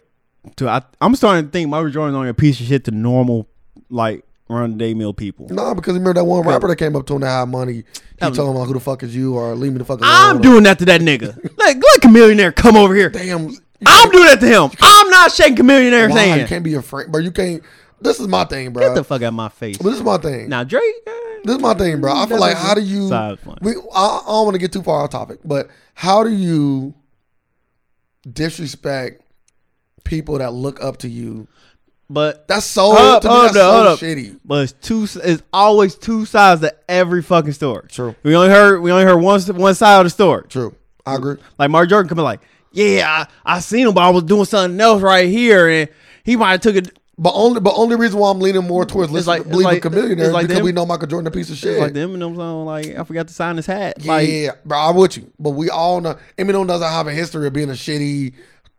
to I, I'm starting to think Michael Jordan on a piece of shit to normal like run the day meal people. Nah, because remember that one rapper that came up to him that had money. He told him like, "Who the fuck is you?" or "Leave me the fuck alone." I'm doing that to that nigga. Let let Chameleonaire come over here. Damn, you I'm doing that to him. I'm not shaking Chameleonaire's why? You hand. can't be afraid, bro. You can't. This is my thing, bro. Get the fuck out of my face. but this is my thing. Now Drake, eh, This is my thing, bro. I feel like how do you? Sorry, it's funny. We, I, I don't want to get too far off topic, but how do you disrespect people that look up to you? but That's so Hold up, to me, hold that's up, hold so up. shitty. But it's two. It's always two sides to every fucking story. True. We only heard we only heard one one side of the story. True, I agree. Like Mark Jordan coming like, yeah, I, I seen him, but I was doing something else right here, and he might have took it. But only, but only reason why I'm leaning more towards listening, like- to it's believing like- chameleon it's like because them- we know Michael Jordan a piece of shit. Like the Eminem song, like I forgot to sign his hat. yeah, Like, yeah, bro, I'm with you. But we all know Eminem doesn't have a history of being a shitty.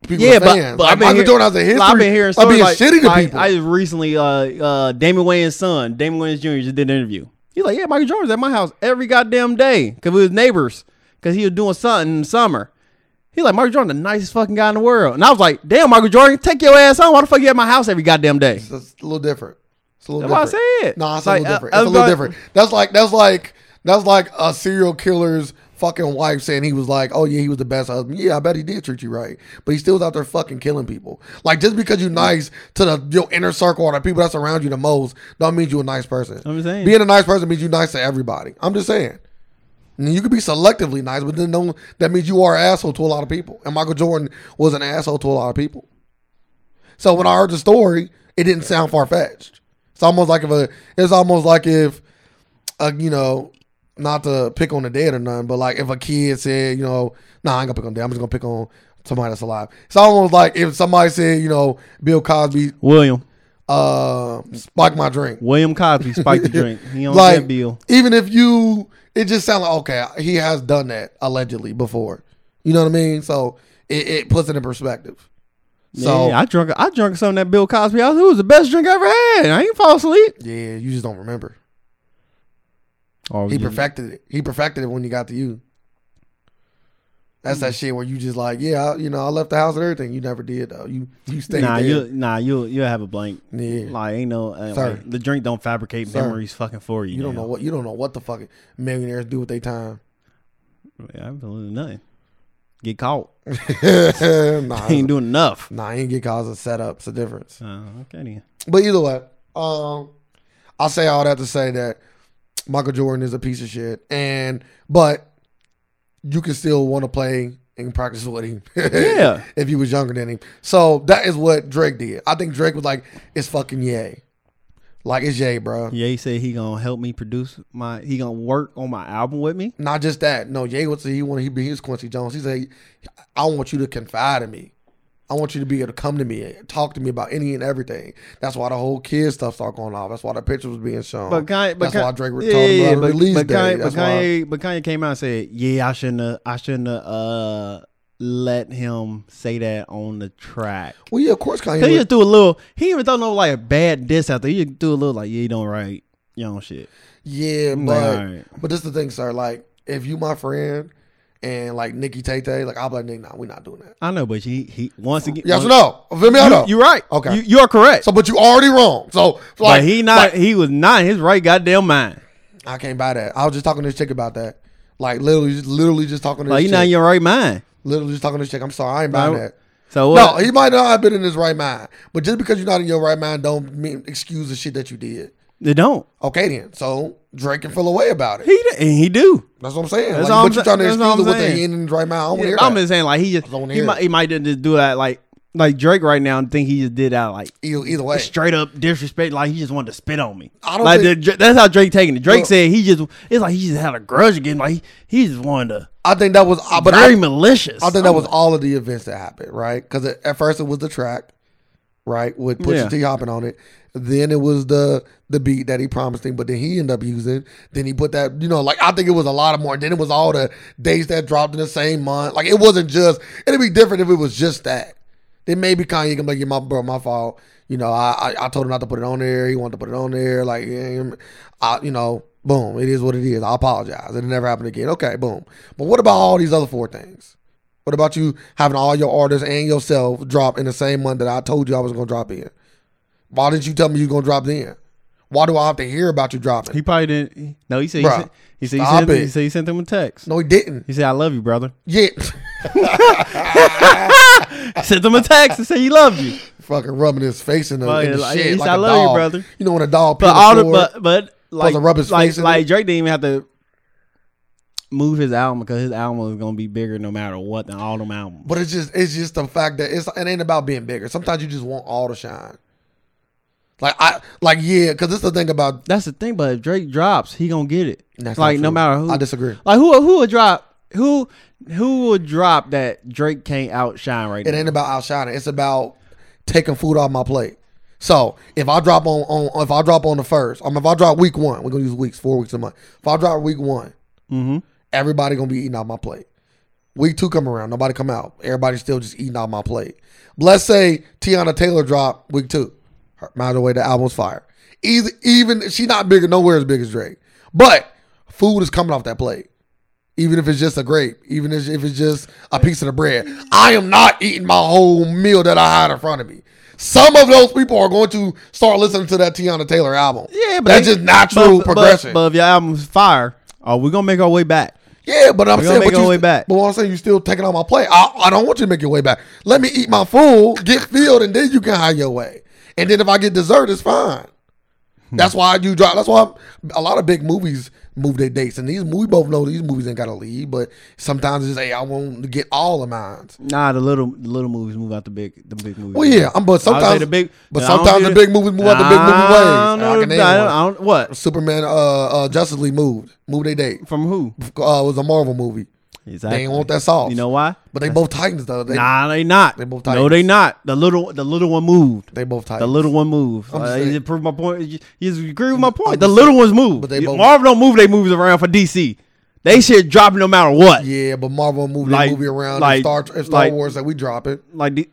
People Yeah, but, fans. but like I've been Michael hear- Jordan has a history. I've been hearing of stories being like, shitty to like, people. I just recently, uh, uh, Damon Wayans' son, Damon Wayans Jr. just did an interview. He's like, yeah, Michael Jordan's at my house every goddamn day because we was neighbors because he was doing something in the summer. He's like, Michael Jordan, the nicest fucking guy in the world, and I was like, damn, Michael Jordan, take your ass home. Why the fuck you at my house every goddamn day? It's just a little different. It's a little That's why I different. said. No, it's Like, uh, a little different. I- I It's a was little like- different. That's like that's like that's like a serial killer's fucking wife saying he was like, oh yeah, he was the best husband. Yeah, I bet he did treat you right, but he still was out there fucking killing people. Like just because you're nice to the your inner circle or the people that surround you the most, don't mean you're a nice person. I'm saying. being a nice person means you're nice to everybody. I'm just saying. And You could be selectively nice, but then do that means you are an asshole to a lot of people. And Michael Jordan was an asshole to a lot of people. So when I heard the story, it didn't sound far fetched. It's almost like if a, it's almost like if, uh, you know, not to pick on the dead or nothing, but like if a kid said, you know, nah, I ain't gonna pick on the dead. I'm just gonna pick on somebody that's alive. It's almost like if somebody said, you know, Bill Cosby, William, uh, spike my drink. William Cosby spiked the drink. He on Like that bill. even if you, it just sounds like okay, he has done that allegedly before. You know what I mean? So it, it puts it in perspective. So yeah, I drunk I drunk some of that Bill Cosby. I was, it was the best drink I ever had. I ain't fall asleep. yeah, you just don't remember. Oh, He yeah. perfected it. He perfected it when he got to you. That's Mm. that shit where you just like, yeah, I, you know, I left the house and everything. You never did though. You you stayed Nah, there. you nah you you have a blank. yeah. Like ain't no uh, Sorry. like, the drink don't fabricate Sorry. memories fucking for you. you don't now. know what you don't know what the fuck millionaires do with their time. Yeah, absolutely nothing. Get caught. nah, ain't doing enough. nah, I ain't get cause of setup. It's a difference. Uh, okay then. But either way, um, I'll say all that to say that Michael Jordan is a piece of shit, and but you can still want to play and practice with him. Yeah. if you was younger than him. So that is what Drake did. I think Drake was like, "It's fucking yay, like it's yay, bro." Yeah, he said he gonna help me produce my. He gonna work on my album with me. Not just that. No, Ye was he wanted he be his Quincy Jones. He said, "I want you to confide in me. I want you to be able to come to me and talk to me about any and everything." That's why the whole kid stuff started going off. That's why the picture was being shown. But Kanye, but Oh, That's Kanye, why Drake was yeah, talking yeah, about but, release but day. Kanye, That's but, why- Kanye, but Kanye came out and said, "Yeah, I shouldn't. Have, I shouldn't have, uh, let him say that on the track." well, yeah, of course, Kanye. Cause he was- just threw a little. He even throw no like a bad diss out there. He just threw a little like, "Yeah, you don't write your own shit." yeah, I'm but like, alright. but this is the thing, sir. Like, if you my friend and like Nikki Tay Tay, like I'll be like, Nick, nah, we're not doing that. I know, but he he once again. Yes or once- no? Feel me or no? You, you're right. Okay. you, you are correct. so, but you already wrong. So, like but he not. like, he was not in his right goddamn mind. I can't buy that. I was just talking to this chick about that. Like literally, just literally just talking to Like this you not in chick. your right mind. Literally just talking to this chick. I'm sorry, I ain't buying Like, that. So No, what? he might not have been in his right mind, but just because you're not in your right mind, don't mean excuse the shit that you did. they don't. Okay, then. So Drake can feel away about it. He d- and he do. That's what I'm saying. That's like, all but I'm you're trying to sa- that's all excuse it I'm with the saying. end in his right mind. I don't Yeah, hear I'm that. just saying, like he just don't he hear might, it. he might didn't just do that like like Drake right now and think he just did that like Either, either way, straight up disrespect, like he just wanted to spit on me. I don't like think- the- that's how Drake taking it. Drake Look. said he just it's like he just had a grudge again, like he, he just wanted to I think that was. I- But very I, malicious. I think that was all of the events that happened, right? Because at first it was the track, right, with Pusha Yeah. T hopping on it. Then it was the the beat that he promised him, but then he ended up using. Then he put that, you know, like I think it was a lot of more. Then it was all the days that dropped in the same month. Like it wasn't just. It'd be different if it was just that. Then maybe Kanye can be like, yeah, my bro, my fault. You know, I, I I told him not to put it on there. He wanted to put it on there. Like, yeah, I, you know, boom, it is what it is. I apologize. It never happened again. Okay, boom. But what about all these other four things? What about you having all your orders and yourself drop in the same month that I told you I was gonna drop in? Why didn't you tell me you gonna drop in? Why do I have to hear about you dropping? he probably didn't. No, he said he Bruh, sent, he said he stop sent, it. he said he sent him a text. no, he didn't. He said I love you, brother. Yeah, sent him a text and said he loved you. fucking rubbing his face in the, Well, in the yeah, like, he shit said, like "I a love you, dog. brother." You know when a dog. But pees all the floor? but but like to rub his like, face in like it. Drake didn't even have to move his album because his album was gonna be bigger no matter what than all them albums. But it's just it's just the fact that it's it ain't about being bigger. Sometimes you just want all the shine. Like I like yeah, because it's the thing about That's the thing. But if Drake drops, he gonna get it. That's like not no true. matter who. I disagree. Like who who would drop who who would drop that Drake can't outshine right It now. ain't about outshining. It's about taking food off my plate. So if I drop on, on if I drop on the first, um, if I drop week one, we're gonna use weeks, four weeks a month. If I drop week one, Mm-hmm. everybody gonna be eating off my plate. Week two come around, nobody come out. Everybody still just eating off my plate. Let's say Tiana Taylor dropped week two. Her, by the way, the album's fire. Either, even she not bigger, nowhere as big as Drake, but food is coming off that plate. Even if it's just a grape, even if, if it's just a piece of the bread, I am not eating my whole meal that I had in front of me. Some of those people are going to start listening to that Tiana Taylor album. Yeah, but that's they- just but- natural but- progression. But, if your album's fire, oh, we're gonna make our way back. Yeah, but I'm We saying, gonna make but, you our way st- back. but what I'm saying, you still taking on my plate. I, I don't want you to make your way back. Let me eat my food, get filled, and then you can hide your way. And then if I get dessert, it's fine. Hmm. That's why you drop. That's why a lot of big movies move their dates, and these we both know these movies ain't gotta leave. But sometimes it's hey, I want to get all of mine. Nah, the little the little movies move out the big the big movies. Well, yeah, I'm, I but would say sometimes the big, but I don't sometimes do the big movies move out the big movie I don't ways. know I can name I don't, one. I don't- what Superman, uh, uh, Justice League moved, moved their date. from who? Uh, it was a Marvel movie. They Exactly. ain't want that sauce. You know why? But they both Titans though. They, nah, they not. they both no, they not. The little the little one moved. They both Titans. The little one moved. I'm Uh, saying- you just proved my point. You, you just agree with my point. The just little ones move. but they both- Marvel don't move their movies around for DC. They shit dropping no matter what. yeah, but Marvel moved Like- that movie around like- and Star, and Star like- Wars that we drop it. Like the,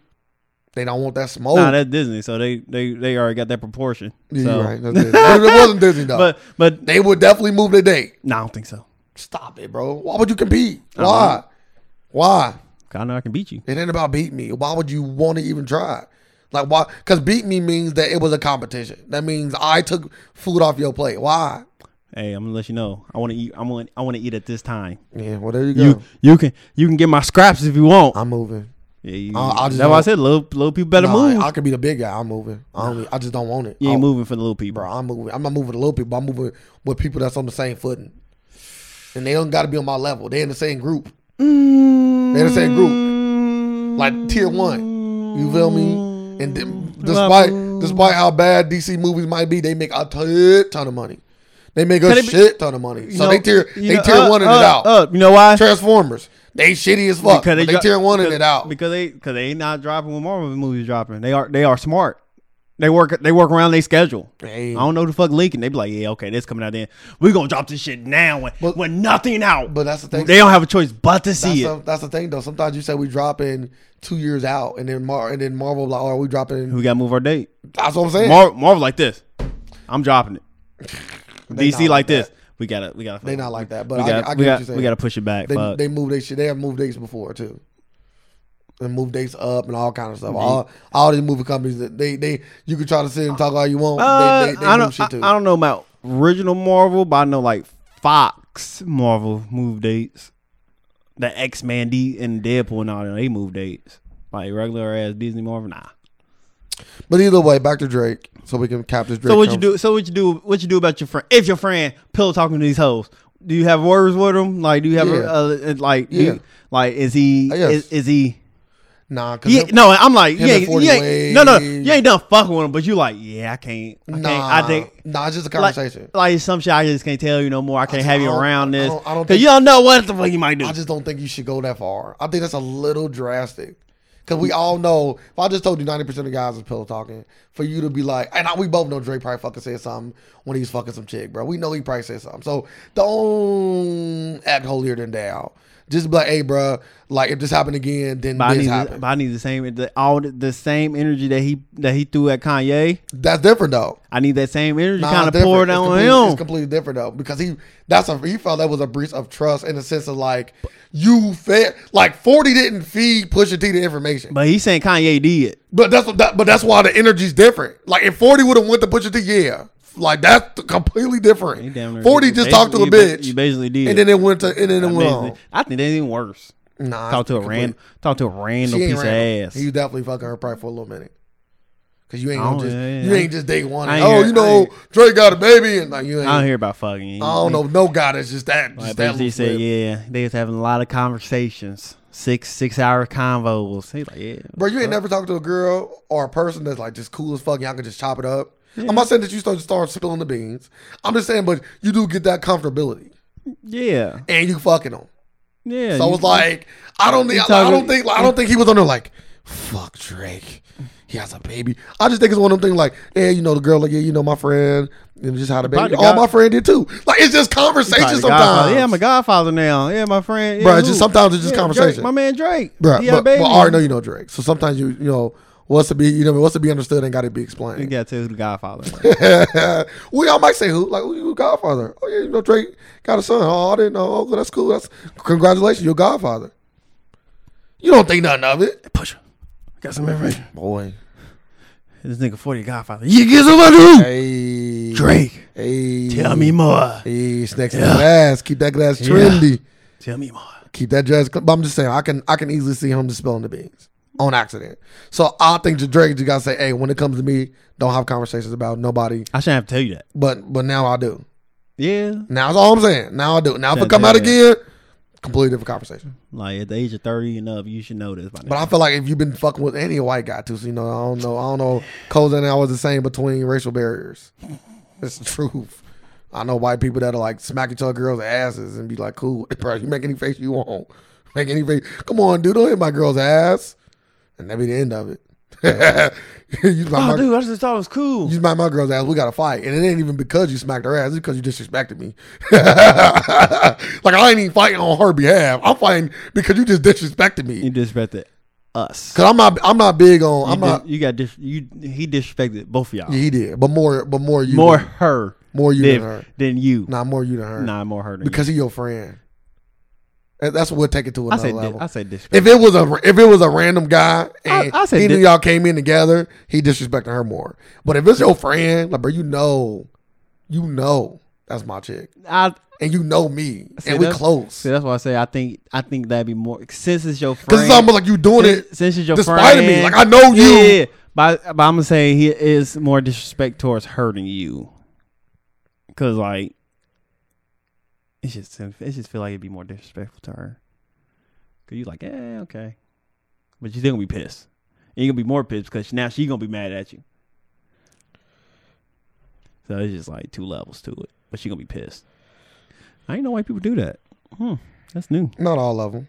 They don't want that smoke. Nah, that's Disney, so they they they already got that proportion. Oh. Yeah, so. you're right. That's Disney. But it wasn't Disney though. But but they would definitely move the date. no, I don't think so. Stop it, bro. Why would you compete? Why? Why? I know I can beat you. It ain't about beat me. Why would you want to even try? Like why? Because beat me means that it was a competition. That means I took food off your plate. Why? Hey, I'm gonna let you know. I want to eat. I'm gonna, I want to eat at this time. Yeah. Well, there you go. You you can you can get my scraps if you want. I'm moving. Yeah, you, I'll- I'll just that's why I don't- said little little people better Nah, move. I could be the big guy. I'm moving. I, don't, e, I just don't want it. you ain't I'll- moving for the little people. bro. I'm moving. I'm not moving to little people. I'm moving with people that's on the same footing, and they don't got to be on my level. They in the same group. Mm. They in the same group, like tier one. You feel me? And then, despite despite how bad DC movies might be, they make a shit ton of money. They make Can a it be- shit ton of money. So You they know- tier you they know, uh, tier up, one in up, it out. Up, you know why? Transformers. They shitty as fuck. but They, dro- tier one in because- it out. because they because they not dropping when Marvel movies dropping. They are they are smart. They work they work around their schedule. Hey. I don't know the fuck leaking. They be like, yeah, okay, this coming out then. We gonna drop this shit now when, when nothing out. But that's the thing. they don't have a choice but to That's, see it. the, that's the thing though. Sometimes you say we drop in two years out, and then Mar and then Marvel like, oh, we dropping we gotta move our date. That's what I'm saying. Marvel, Marvel like this. I'm dropping it. DC not like like this. We gotta we gotta. they not like that, but we I, gotta, I get we, what gotta, you're we saying. gotta push it back. they fuck. they move they shit. They have moved dates before too, and move dates up and all kind of stuff. All all these movie companies that they they you can try to sit and talk all you want. Uh, they, they, they I move don't. I, shit too. I don't know about original Marvel, but I know like Fox Marvel move dates. The X Man D and Deadpool and all them, they move dates. Like regular ass Disney Marvel, nah. but either way, back to Drake, so we can capture Drake. So what you do? So what you do? What you do about your friend? If your friend pillow talking to these hoes, do you have words with him? Like, do you have Yeah. a, a like? do Yeah. you- like, is he? Yes. Is, is he? Nah, cause Yeah, him- no, I'm like, him yeah, and 40 yeah, no, no, Wave. you ain't done fucking with him, but you like, yeah, I can't, I can't, nah, I think, nah, it's just a like, conversation. like some shit I just can't tell you no more. I can't just- have you I don't- around I this. don't- I don't 'Cause think- you don't know what the fuck you might do. I just don't think you should go that far. I think that's a little drastic. Cause we all know if I just told you ninety percent of guys is pillow talking, for you to be like, and I, we both know Drake probably fucking said something when he's fucking some chick, bro. We know he probably said something. So don't act holier than thou. Just be like, hey, bro, like if this happened again, then but I this need, the, happened. but I need the same, the, all the, the same energy that he that he threw at Kanye. That's different though. I need that same energy Nah, kind it's of poured different. It's on completely- It's him. completely different though because he that's a he felt that was a breach of trust in the sense of like you fed like forty didn't feed Pusha T the information. But he's saying Kanye did. But that's what that, but that's why the energy's different. Like if Forty would have went to Pusha T, yeah, like that's completely He different. damn near Forty did. just talked to a You ba- You bitch, basically did. and then it went to and then it went Basically- on. I think that's even worse. Nah, Talk to a complete- random, talk to a She random ain't piece of random. ass. He was definitely fucking her probably for a little minute. Cause you ain't I gonna don't- just Oh, yeah, yeah, you I ain't just day one. I and, ain't oh, hear- you I know ain't- Dre got a baby, and like you ain't. I I don't don't, hear about fucking. know no guy that's just that. Just Like that basically loose said, lip. yeah, they was having a lot of conversations, six six hour convos. He's like, yeah, Bro, you ain't never talked to a girl or a person that's like just cool as fuck. Y'all can just chop it up. I'm not saying that you start start spilling the beans. I'm just saying, but you do get that comfortability, yeah, and you fucking them. yeah. So I you- was like, I don't think, I, talking- don't think, I don't think he was on there like, fuck Drake, he has a baby. I just think it's one of them things like, yeah, you know the girl, like yeah, you know my friend, and just had a baby. probably All got- my friend did too. Like it's just probably conversation the godfather. sometimes. Yeah, I'm a godfather now. Yeah, my friend. Yeah, Bruh, it's just who? sometimes it's just Yeah, conversation. Drake, my man Drake. Bruh, he had a but, baby. but I already know you know Drake, so sometimes you you know what's to be you know what's to be understood ain't got to be You explained. gotta tell who the godfather. is. we all might say who like who you Godfather? Oh yeah, you know Drake got a son. Oh, I didn't know. Oh, that's cool. That's congratulations, you're Godfather. You don't think nothing of it, Pusher, got some information. boy. This nigga forty godfather. You get some do. Hey, Drake, Hey, tell me more. Hey, snakes in the glass. Keep that glass trendy. Tell me more. Keep that jazz. But I'm just saying, I can I can easily see him just spilling the beans on accident. So I think that Drake just gotta say, hey, when it comes to me, don't have conversations about nobody. I shouldn't have to tell you that. But but now I do. Yeah, Now that's all I'm saying. Now I do. Now if That- it come out that- again, completely different conversation. like at the age of thirty and up, you should know this by now. But I feel like if you've been fucking with any white guy too, so you know, I don't know, I don't know. Cole's and I was the same between racial barriers. It's the truth. I know white people that are like smack each other girls' asses and be like, "Cool, bro, you make any face you want, make any face. Come on, dude, don't hit my girl's ass." And that be the end of it. you smack oh, my, dude, I just thought it was cool. you smack my girl's ass, we got to fight, and it ain't even because you smacked her ass. It's because you disrespected me. like I ain't even fighting on her behalf. I'm fighting because you just disrespected me. You disrespected us. Cause I'm not. I'm not big on. You, I'm dis- not. you got dis- you. He disrespected both of y'all. Yeah, he did, but more. But more you. more Than, her more you than, than her. than you. Nah, more you than her. Nah, more her than because he your friend. That- That's what take it to you. I another said. di- level. I said disrespect. if it was a if it was a random guy and I- I said he knew di- y'all came in together, he disrespecting her more. But if it's your friend, like bro, you know, you know that's my chick, I and you know me, See, and we that's- close. see. That's why I say I think. I think that'd be more since it's your friend. Because it's almost like you doing since, it since it's your despite of friend. me. Like I know you. Yeah, yeah, yeah. But, but I'm gonna say he is more disrespect towards her than you, cause like it just it just feel like it'd be more disrespectful to her. Cause you like, yeah, okay, but you still gonna be pissed. And you gonna be more pissed because now she gonna be mad at you. So it's just like two levels to it, but she gonna be pissed. I ain't know why people do that. Hmm, that's new. Not all of them.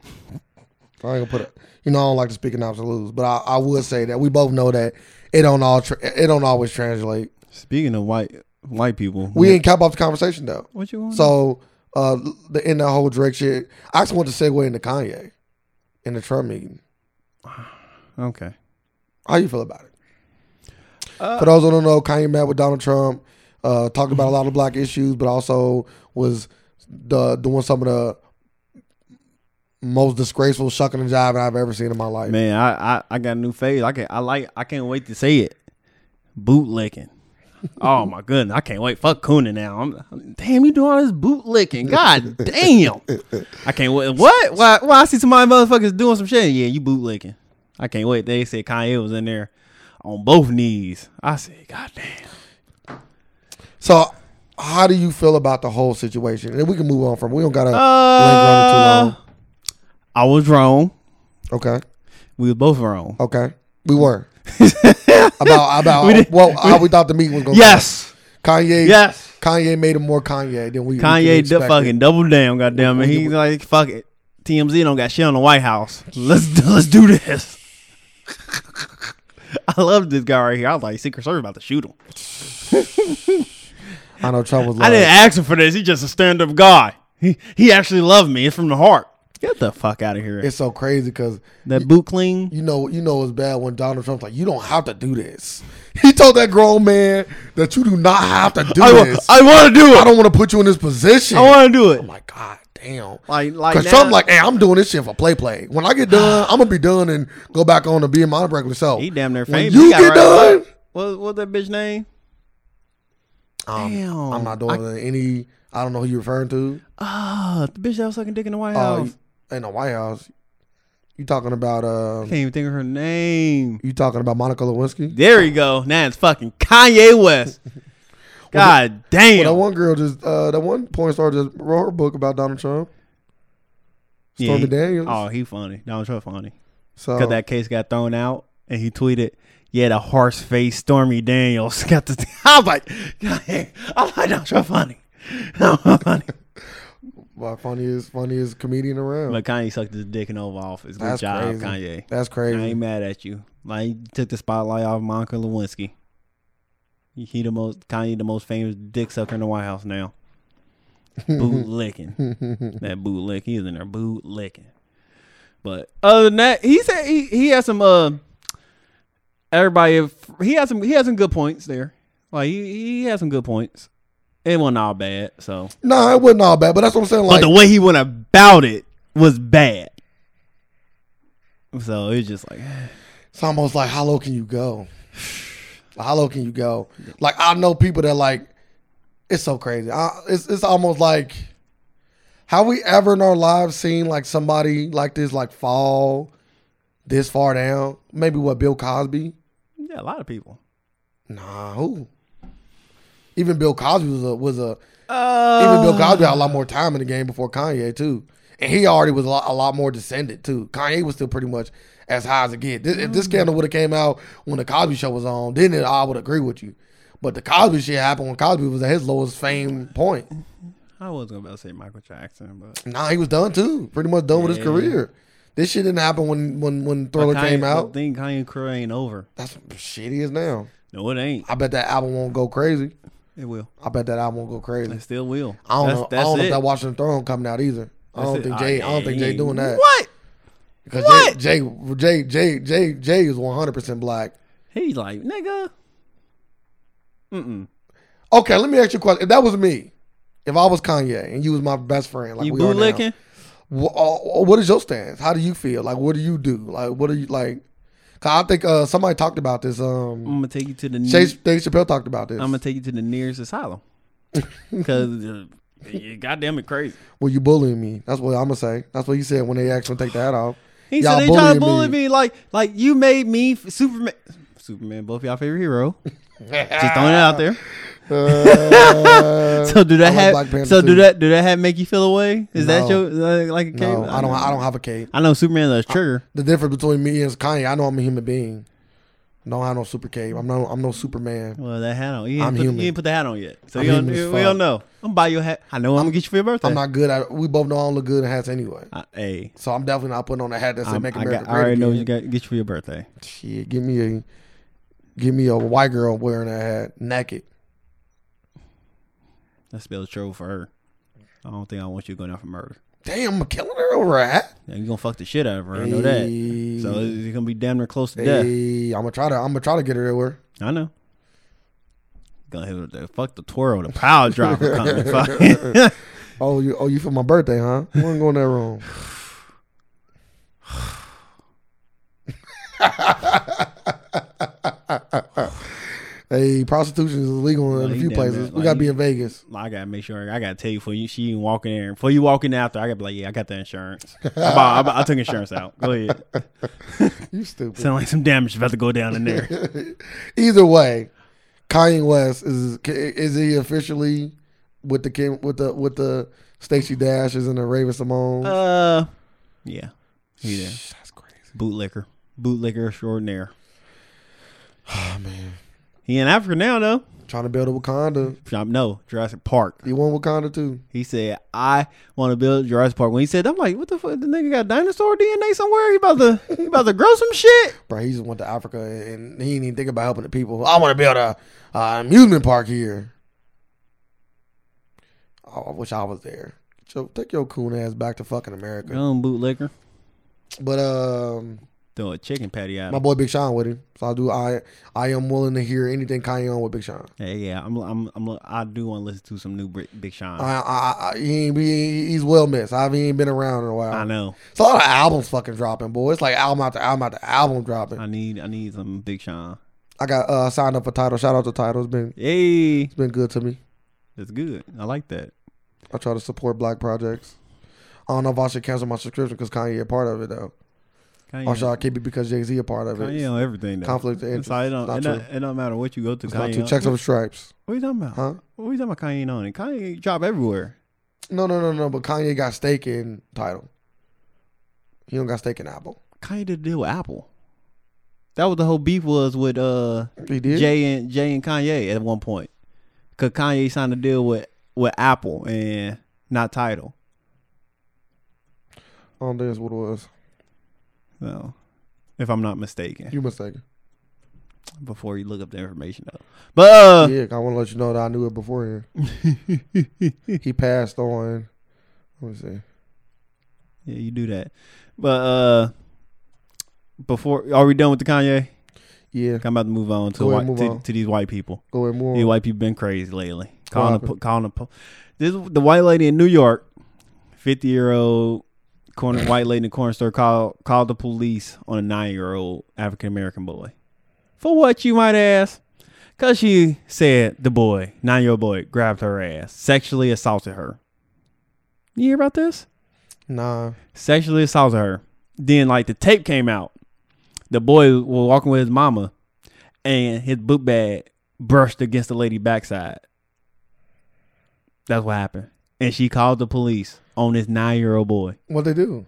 I ain't gonna put it. You know, I don't like to speak in absolutes, but I, I would say that we both know that it don't all tra- it don't always translate. Speaking of white white people, We ain't cap off the conversation though. what you want? So uh the in that whole Drake shit, I just want to segue into Kanye in the Trump meeting. okay. How you feel about it? Uh, For those who don't know, Kanye met with Donald Trump, uh, talked about a lot of black issues, but also was the doing some of the most disgraceful shucking and jiving I've ever seen in my life. Man, I, I, I got a new phase. I can I like I can't wait to say it. Bootlicking. Oh my goodness, I can't wait. Fuck Kuna now. I'm, I'm- damn, you doing all this bootlicking. God damn. I can't wait. What? Why why I see somebody motherfuckers doing some shit? Yeah, you bootlicking. I can't wait. They said Kanye was in there on both knees. I said, God damn. So, how do you feel about the whole situation? And we can move on from. We don't gotta linger on it Uh, I was wrong. too long. Okay, We were both wrong. okay, we were about about well how we thought the meeting was going. Yes. Kanye. Yes. Kanye made him more Kanye than we. we Kanye could d- expect fucking it. double down, goddamn it. He's like, fuck it. TMZ don't got shit on the White House. Let's do- let's do this. I love this guy right here. I was like, Secret Service about to shoot him. I know Trump was I like. didn't ask him for this. He's just a stand up guy. He he actually loved me. It's from the heart. Get the fuck out of here. It's so crazy because that boot clean. you know you know it's bad when Donald Trump's like, you don't have to do this. He told that grown man that you do not have to do I, wa- this. I, I want to do it. don't want to put you in this position. I want to do it. I'm like, God damn. Like like Because now, Trump like, hey, I'm doing this shit for play play. When I get done, I'm gonna be done and go back on to being my regular self. he damn near when famous. you He got get right- done, What what that bitch name? um, Damn. I'm not doing any. I don't know who you're referring to. Ah, the bitch that was sucking dick in the White Uh, House. in the White House, you talking about I uh, can't even think of her name. you talking about Monica Lewinsky? There you go. Now it's fucking Kanye West. God Well, damn. that one girl just uh, that one porn star just wrote her book about Donald Trump. Yeah, Stormy he- Daniels. Oh. Oh, he funny. Donald Trump funny. so Because that case got thrown out and he tweeted, yeah, the horse face Stormy Daniels got the. I'm like, God, I'm like, Donald Trump funny. Donald Trump funny. well, funniest funniest comedian around. But Kanye sucked his dick in the Oval Office. Good That's job, crazy. Kanye. That's I ain't crazy. mad at you. Like you took the spotlight off Monica Lewinsky. He the most Kanye the most famous dick sucker in the White House now. Boot licking. that boot lick. He is in there boot licking. But other than that, he said he, he had some uh everybody he had some he had some good points there. Like he, he had some good points. It wasn't all bad, so No, it wasn't all bad, but that's what I'm saying. but Like the way he went about it was bad. So it's just like it's almost like how low can you go? How low can you go? Like I know people that like it's so crazy. I, it's it's almost like have we ever in our lives seen like somebody like this like fall this far down? Maybe what Bill Cosby? yeah, a lot of people. Nah, who? Even Bill Cosby was a was a Uh, even Bill Cosby had a lot more time in the game before Kanye too, and he already was a lot, a lot more descended too. Kanye was still pretty much as high as it get. This, if this Mm-hmm. scandal would have came out when the Cosby Show was on, then it, I would agree with you. But the Cosby shit happened when Cosby was at his lowest fame point. I was about to say Michael Jackson, but Nah, he was done too, pretty much done with his Yeah. career. This shit didn't happen when when when Thriller Kanye- came The out. thing Kanye career ain't over. That's shit he is now. No, it ain't. I bet that album won't go crazy. It will. I bet that album won't go crazy. It still will. I don't that's, know. That's I don't know it. if that Washington Throne coming out either. I That's don't it. think Jay. I, don't think Jay ain't- doing that. What? Because What? Jay, Jay, Jay, Jay, Jay, Jay is one hundred percent black. He like nigga. Mm-mm. Okay, let me ask you a question. If that was me, if I was Kanye and you was my best friend, like You we are now, bootlicking? wh- uh, what is your stance? How do you feel? Like, what do you do? Like, what are you like? 'cause I think uh, somebody talked about this. I'm Um, gonna take you to the. Shay, nearest Dave Chappelle talked about this. I'm gonna take you to the nearest asylum because uh, you goddamn it crazy. well, you bullying me. That's what I'm gonna say. That's what he said when they asked him to take the hat off. He Y'all said they trying to bully bullying me. like like you made me f- Superman. Superman, both y'all favorite hero. Just throwing it out there. Uh, So do that I like have? Black Panther so do too. that? Do that have make you feel away? Is that No. your like, like a no, cave? I don't. I don't have a cape. I know Superman does trigger. The difference between me and Kanye, I know I'm a human being. I don't have no super cape. I'm no. I'm no Superman. Well, that hat on. You I'm ain't, put, you human. ain't put the hat on yet, so I'm you don't, human as we fuck. don't know. I'm gonna buy you a hat. I know I'm, gonna get you for your birthday. I'm not good at. We both know I don't look good in hats anyway. I, hey, So I'm definitely not putting on a hat that says I'm- "Make I, America got, I Great already know Again." you got get you for your birthday. Shit, give me a, give me a white girl wearing that hat naked. That spells trouble for her. I don't think I want you going out for murder. Damn, I'm killing her over a hat. Now, you gonna fuck the shit out of her. I know that. Hey, So it's gonna be damn near close to death. hey, I'm gonna try to. I'm gonna try to get her to wear. I know. Gonna hit with the fuck the twirl, the power driver coming. Fucking. Oh, you. Oh, you for my birthday, huh? You wasn't going that wrong. hey, prostitution is illegal in Like, a you few damn places. right, We like, gotta be you- in Vegas. I gotta make sure. I gotta tell you before you she even walking in there. Before you walking after, I gotta be like, yeah, I got the insurance. I, bought, I, bought- I took insurance out. Go ahead. You stupid. Sound like some damage about to go down in there. Either way, Kanye West is is he officially with the Kim with the with the Stacey Dashes and the Raven Simone? Uh, yeah, he there. That's crazy. Bootlicker, bootlicker extraordinaire. Oh man, He in Africa now though. trying to build a Wakanda. No, Jurassic Park. He won Wakanda too. He said, "I want to build Jurassic Park." When he said, that, "I'm like, what the fuck? The nigga got dinosaur DNA somewhere? He about to, he about to grow some shit." Bro, he just went to Africa and he didn't even think about helping the people. I want to build a, a amusement park here. Oh, I wish I was there. So take your coon ass back to fucking America. Gum bootlicker, But um, throw a chicken patty out. my boy Big Sean with him, so I do. I I am willing to hear anything Kanye on with Big Sean. Hey, yeah, I'm, I'm, I'm, I do want to listen to some new Bri- Big Sean. I, I, I, he ain't be, he's well missed. I mean, he ain't been around in a I while. know. It's a lot of albums fucking dropping, boy. It's like album after album after album dropping. I need, I need some Big Sean. I got uh, signed up for title. Shout out to title. It's been Hey, it's been good to me. that's good. I like that. I try to support black projects. I don't know if I should cancel my subscription because Kanye a part of it though, Kanye, or should I keep it because Jay Z a part of it? Kanye on everything. Though. Conflict of interest. So it don't, It's not it, true. don't, it don't matter what you go to. It's not Kanye, two on- checks over stripes, What are you talking about? huh? What are you talking about? Kanye on it. Kanye drop everywhere. No, no, no, no. But Kanye got stake in title. He don't got stake in Apple. Kanye did a deal with Apple. That was the whole beef was with uh He did. Jay and Jay and Kanye at one point. Cause Kanye signed a deal with with Apple and not Title. on this what it was. So, if I'm not mistaken, You mistaken. before you look up the information though. But uh, yeah, I want to let you know that I knew it beforehand. he passed on. Let me see. yeah, you do that. But uh, before are we done with the Kanye? Yeah, I'm about to move on to Go ahead, white, move to, on. to these white people. go ahead more. These white people been crazy lately. Calling the, happened? po- calling the, po- this the white lady in New York, fifty year old corner white lady in the corner store called called the police on a nine year old African American boy. For what you might ask, cause she said the boy nine year old boy grabbed her ass, sexually assaulted her. You hear about this? Nah, sexually assaulted her. Then like the tape came out. The boy was walking with his mama and his book bag brushed against the lady backside. That's what happened. And she called the police on this nine year old boy. what they do?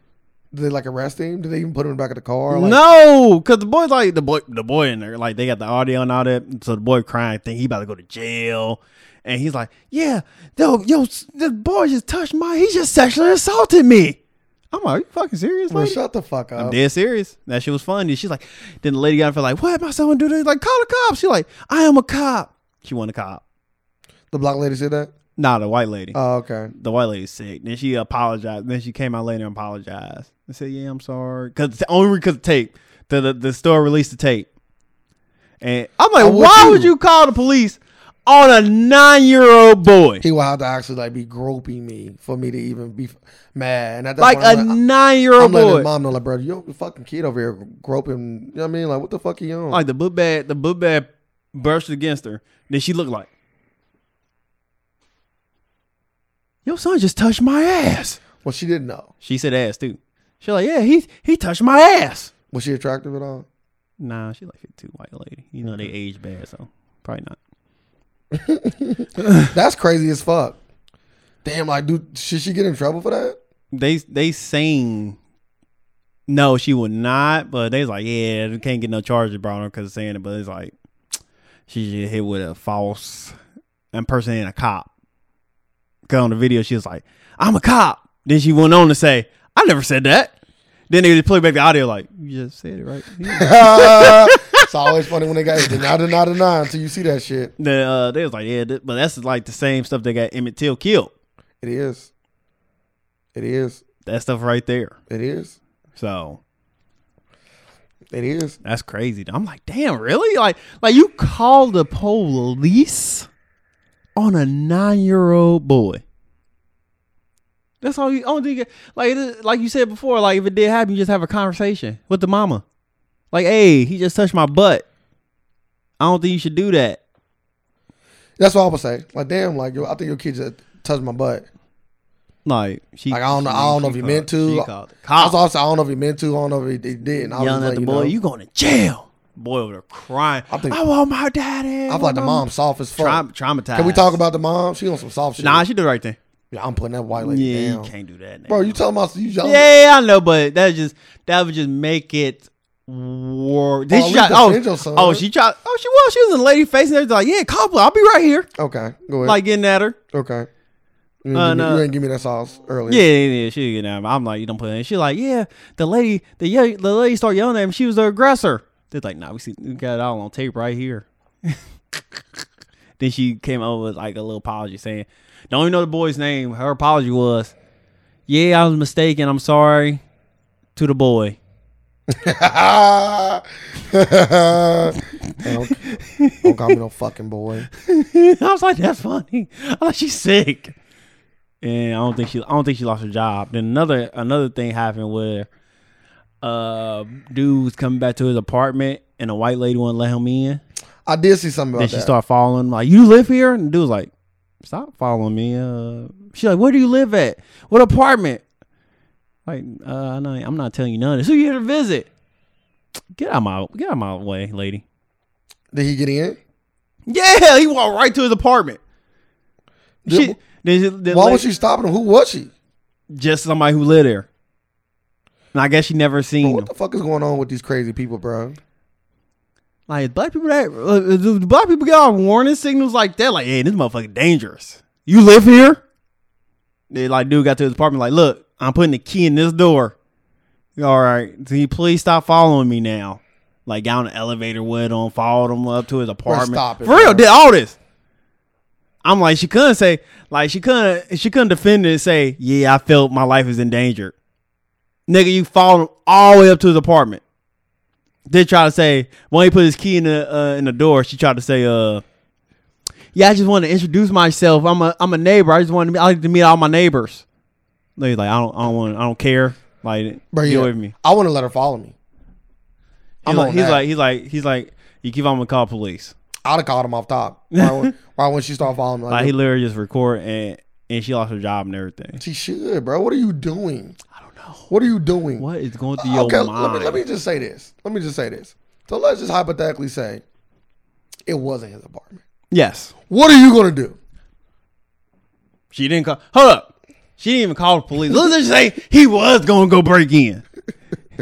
Did they like arrest him? Did they even put him in the back of the car? Like, no, cause the boy's like the boy the boy in there. Like they got the audio and all that. So the boy crying, think he about to go to jail. And he's like, Yeah, yo, yo, the boy just touched my he just sexually assaulted me. I'm like, Are you fucking serious? Bro, Lady? shut the fuck up. I'm dead serious. That shit was funny. She's like, then the lady got in for like, what? My son would do this. Like, call the cops. She like, I am a cop. She want a cop. The black lady said that. Nah, the white lady. Oh, okay. the white lady's sick. Then she apologized. Then she came out later and apologized. I said, "Yeah, I'm sorry." Because only because the tape, the, the the store released the tape, and I'm like, I would "Why too. would you call the police on a nine year old boy? He will have to actually like be groping me for me to even be f- mad. And at that Like point, a I'm, like, nine year old I- I'm letting boy." his mom know, like, bro, you don't fucking kid over here groping. You know what I mean? Like, what the fuck are you on? like the book bag, the book bag brushed against her. Then she looked like, "Your son just touched my ass." well, she didn't know. She said ass too. She like, "Yeah, he he touched my ass." Was she attractive at all? Nah, she like fifty two white lady. You know they age bad, so probably not. That's crazy as fuck. Damn, like, dude, should she get in trouble for that? They they saying no, she would not. But they was like, yeah, we can't get no charges brought on her because of saying it. But it's like she just hit with a false impersonating a cop. Cause on the video she was like, I'm a cop. Then she went on to say, I never said that. Then they just play back the audio like, you just said it right. here." it's always funny when they got deny, deny, deny until you see that shit. then uh, they was like, yeah, th- but that's like the same stuff that got Emmett Till killed. It is. It is. That stuff right there. It is. So It is. That's crazy. I'm like, damn, really? Like, like you call the police on a nine year old boy? That's all you. Only thing, like, it is- like you said before, like if it did happen, you just have a conversation with the mama. Like, hey, he just touched my butt. I don't think you should do that. That's what I would say. Like, damn, like, yo, I think your kid just touched my butt. Like, she. Like, I don't know- I don't know if he you meant to. She called the I was cops. also, I don't know if he meant to. I don't know if he, he didn't. I was yelling just at the letting you boy, know. you, going to jail. Boy over there crying. I, I think- want my daddy. I feel like the mom soft as Traum- fuck. traumatized. Can we talk about the mom? She on some soft shit. Nah, she did the right thing. Yeah, I'm putting that white lady Yeah, down. you can't do that, now. Bro, you talking about you young? yeah, I know, but that just that would just make it war. Did at she least try, defend oh, yourself. oh, she tried. Oh, she was. She was in the lady facing. Everything like, yeah, couple. I'll be right here. Okay, go ahead. Like getting at her. okay. You didn't, Uh, give me, no. you didn't give me that sauce earlier. Yeah, yeah, yeah, she getting at him. I'm like, you don't put it in. She like, yeah, the lady, the ye- the lady started yelling at him. She was the aggressor. They're like, nah, we see, we got it all on tape right here. then she came over with like a little apology saying, don't even know the boy's name. Her apology was, yeah, I was mistaken. I'm sorry to the boy. don't, don't call me no fucking boy. I was like, that's funny. I'm like, she's sick. And I don't think she I don't think she lost her job. Then another another thing happened where uh dudes coming back to his apartment and a white lady wouldn't let him in. I did see something Then about she that. started following him, like, You live here? And the dude's like, Stop following me. Uh she's like, Where do you live at? What apartment? Like, uh I know I'm not telling you none of this. Who you here to visit? Get out my get out my way, lady. Did he get in? Yeah, he walked right to his apartment. Did- She- then she- then Why la- was she stopping him? Who was she? Just somebody who lived there. And I guess she never seen What him. the fuck is going on with these crazy people, bro? Like black people that uh, do black people get all warning signals like that. Like, hey, this motherfucker dangerous. You live here? They like dude got to his apartment. Like, look, I'm putting the key in this door. All right, so he please stop following me now. Like, got on the elevator with him, followed him up to his apartment. stop it, For real, bro. did all this. I'm like, she couldn't say, like, she couldn't, she couldn't defend it and say, yeah, I felt my life is endangered. Nigga, you followed him all the way up to his apartment. Did try to say when he put his key in the uh, in the door, she tried to say, uh, "Yeah, I just want to introduce myself. I'm a I'm a neighbor. I just want to meet, I like to meet all my neighbors." They like, "I don't I don't want I don't care. Like, Bro, get yeah. away from me." I want to let her follow me. He's I'm like, on he's that. like, he's like, he's like, you keep on to call police. I'd have called him off top. Why, would- why wouldn't she start following me? Like, Like, he literally just record and and she lost her job and everything. she should, bro. What are you doing? I don't know. What are you doing? What is going through your okay, mind? let me let me just say this. Let me just say this. So let's just hypothetically say it wasn't his apartment. yes, What are you gonna do? she didn't call. Hold up, she didn't even call the police. Let's just say he was gonna go break in.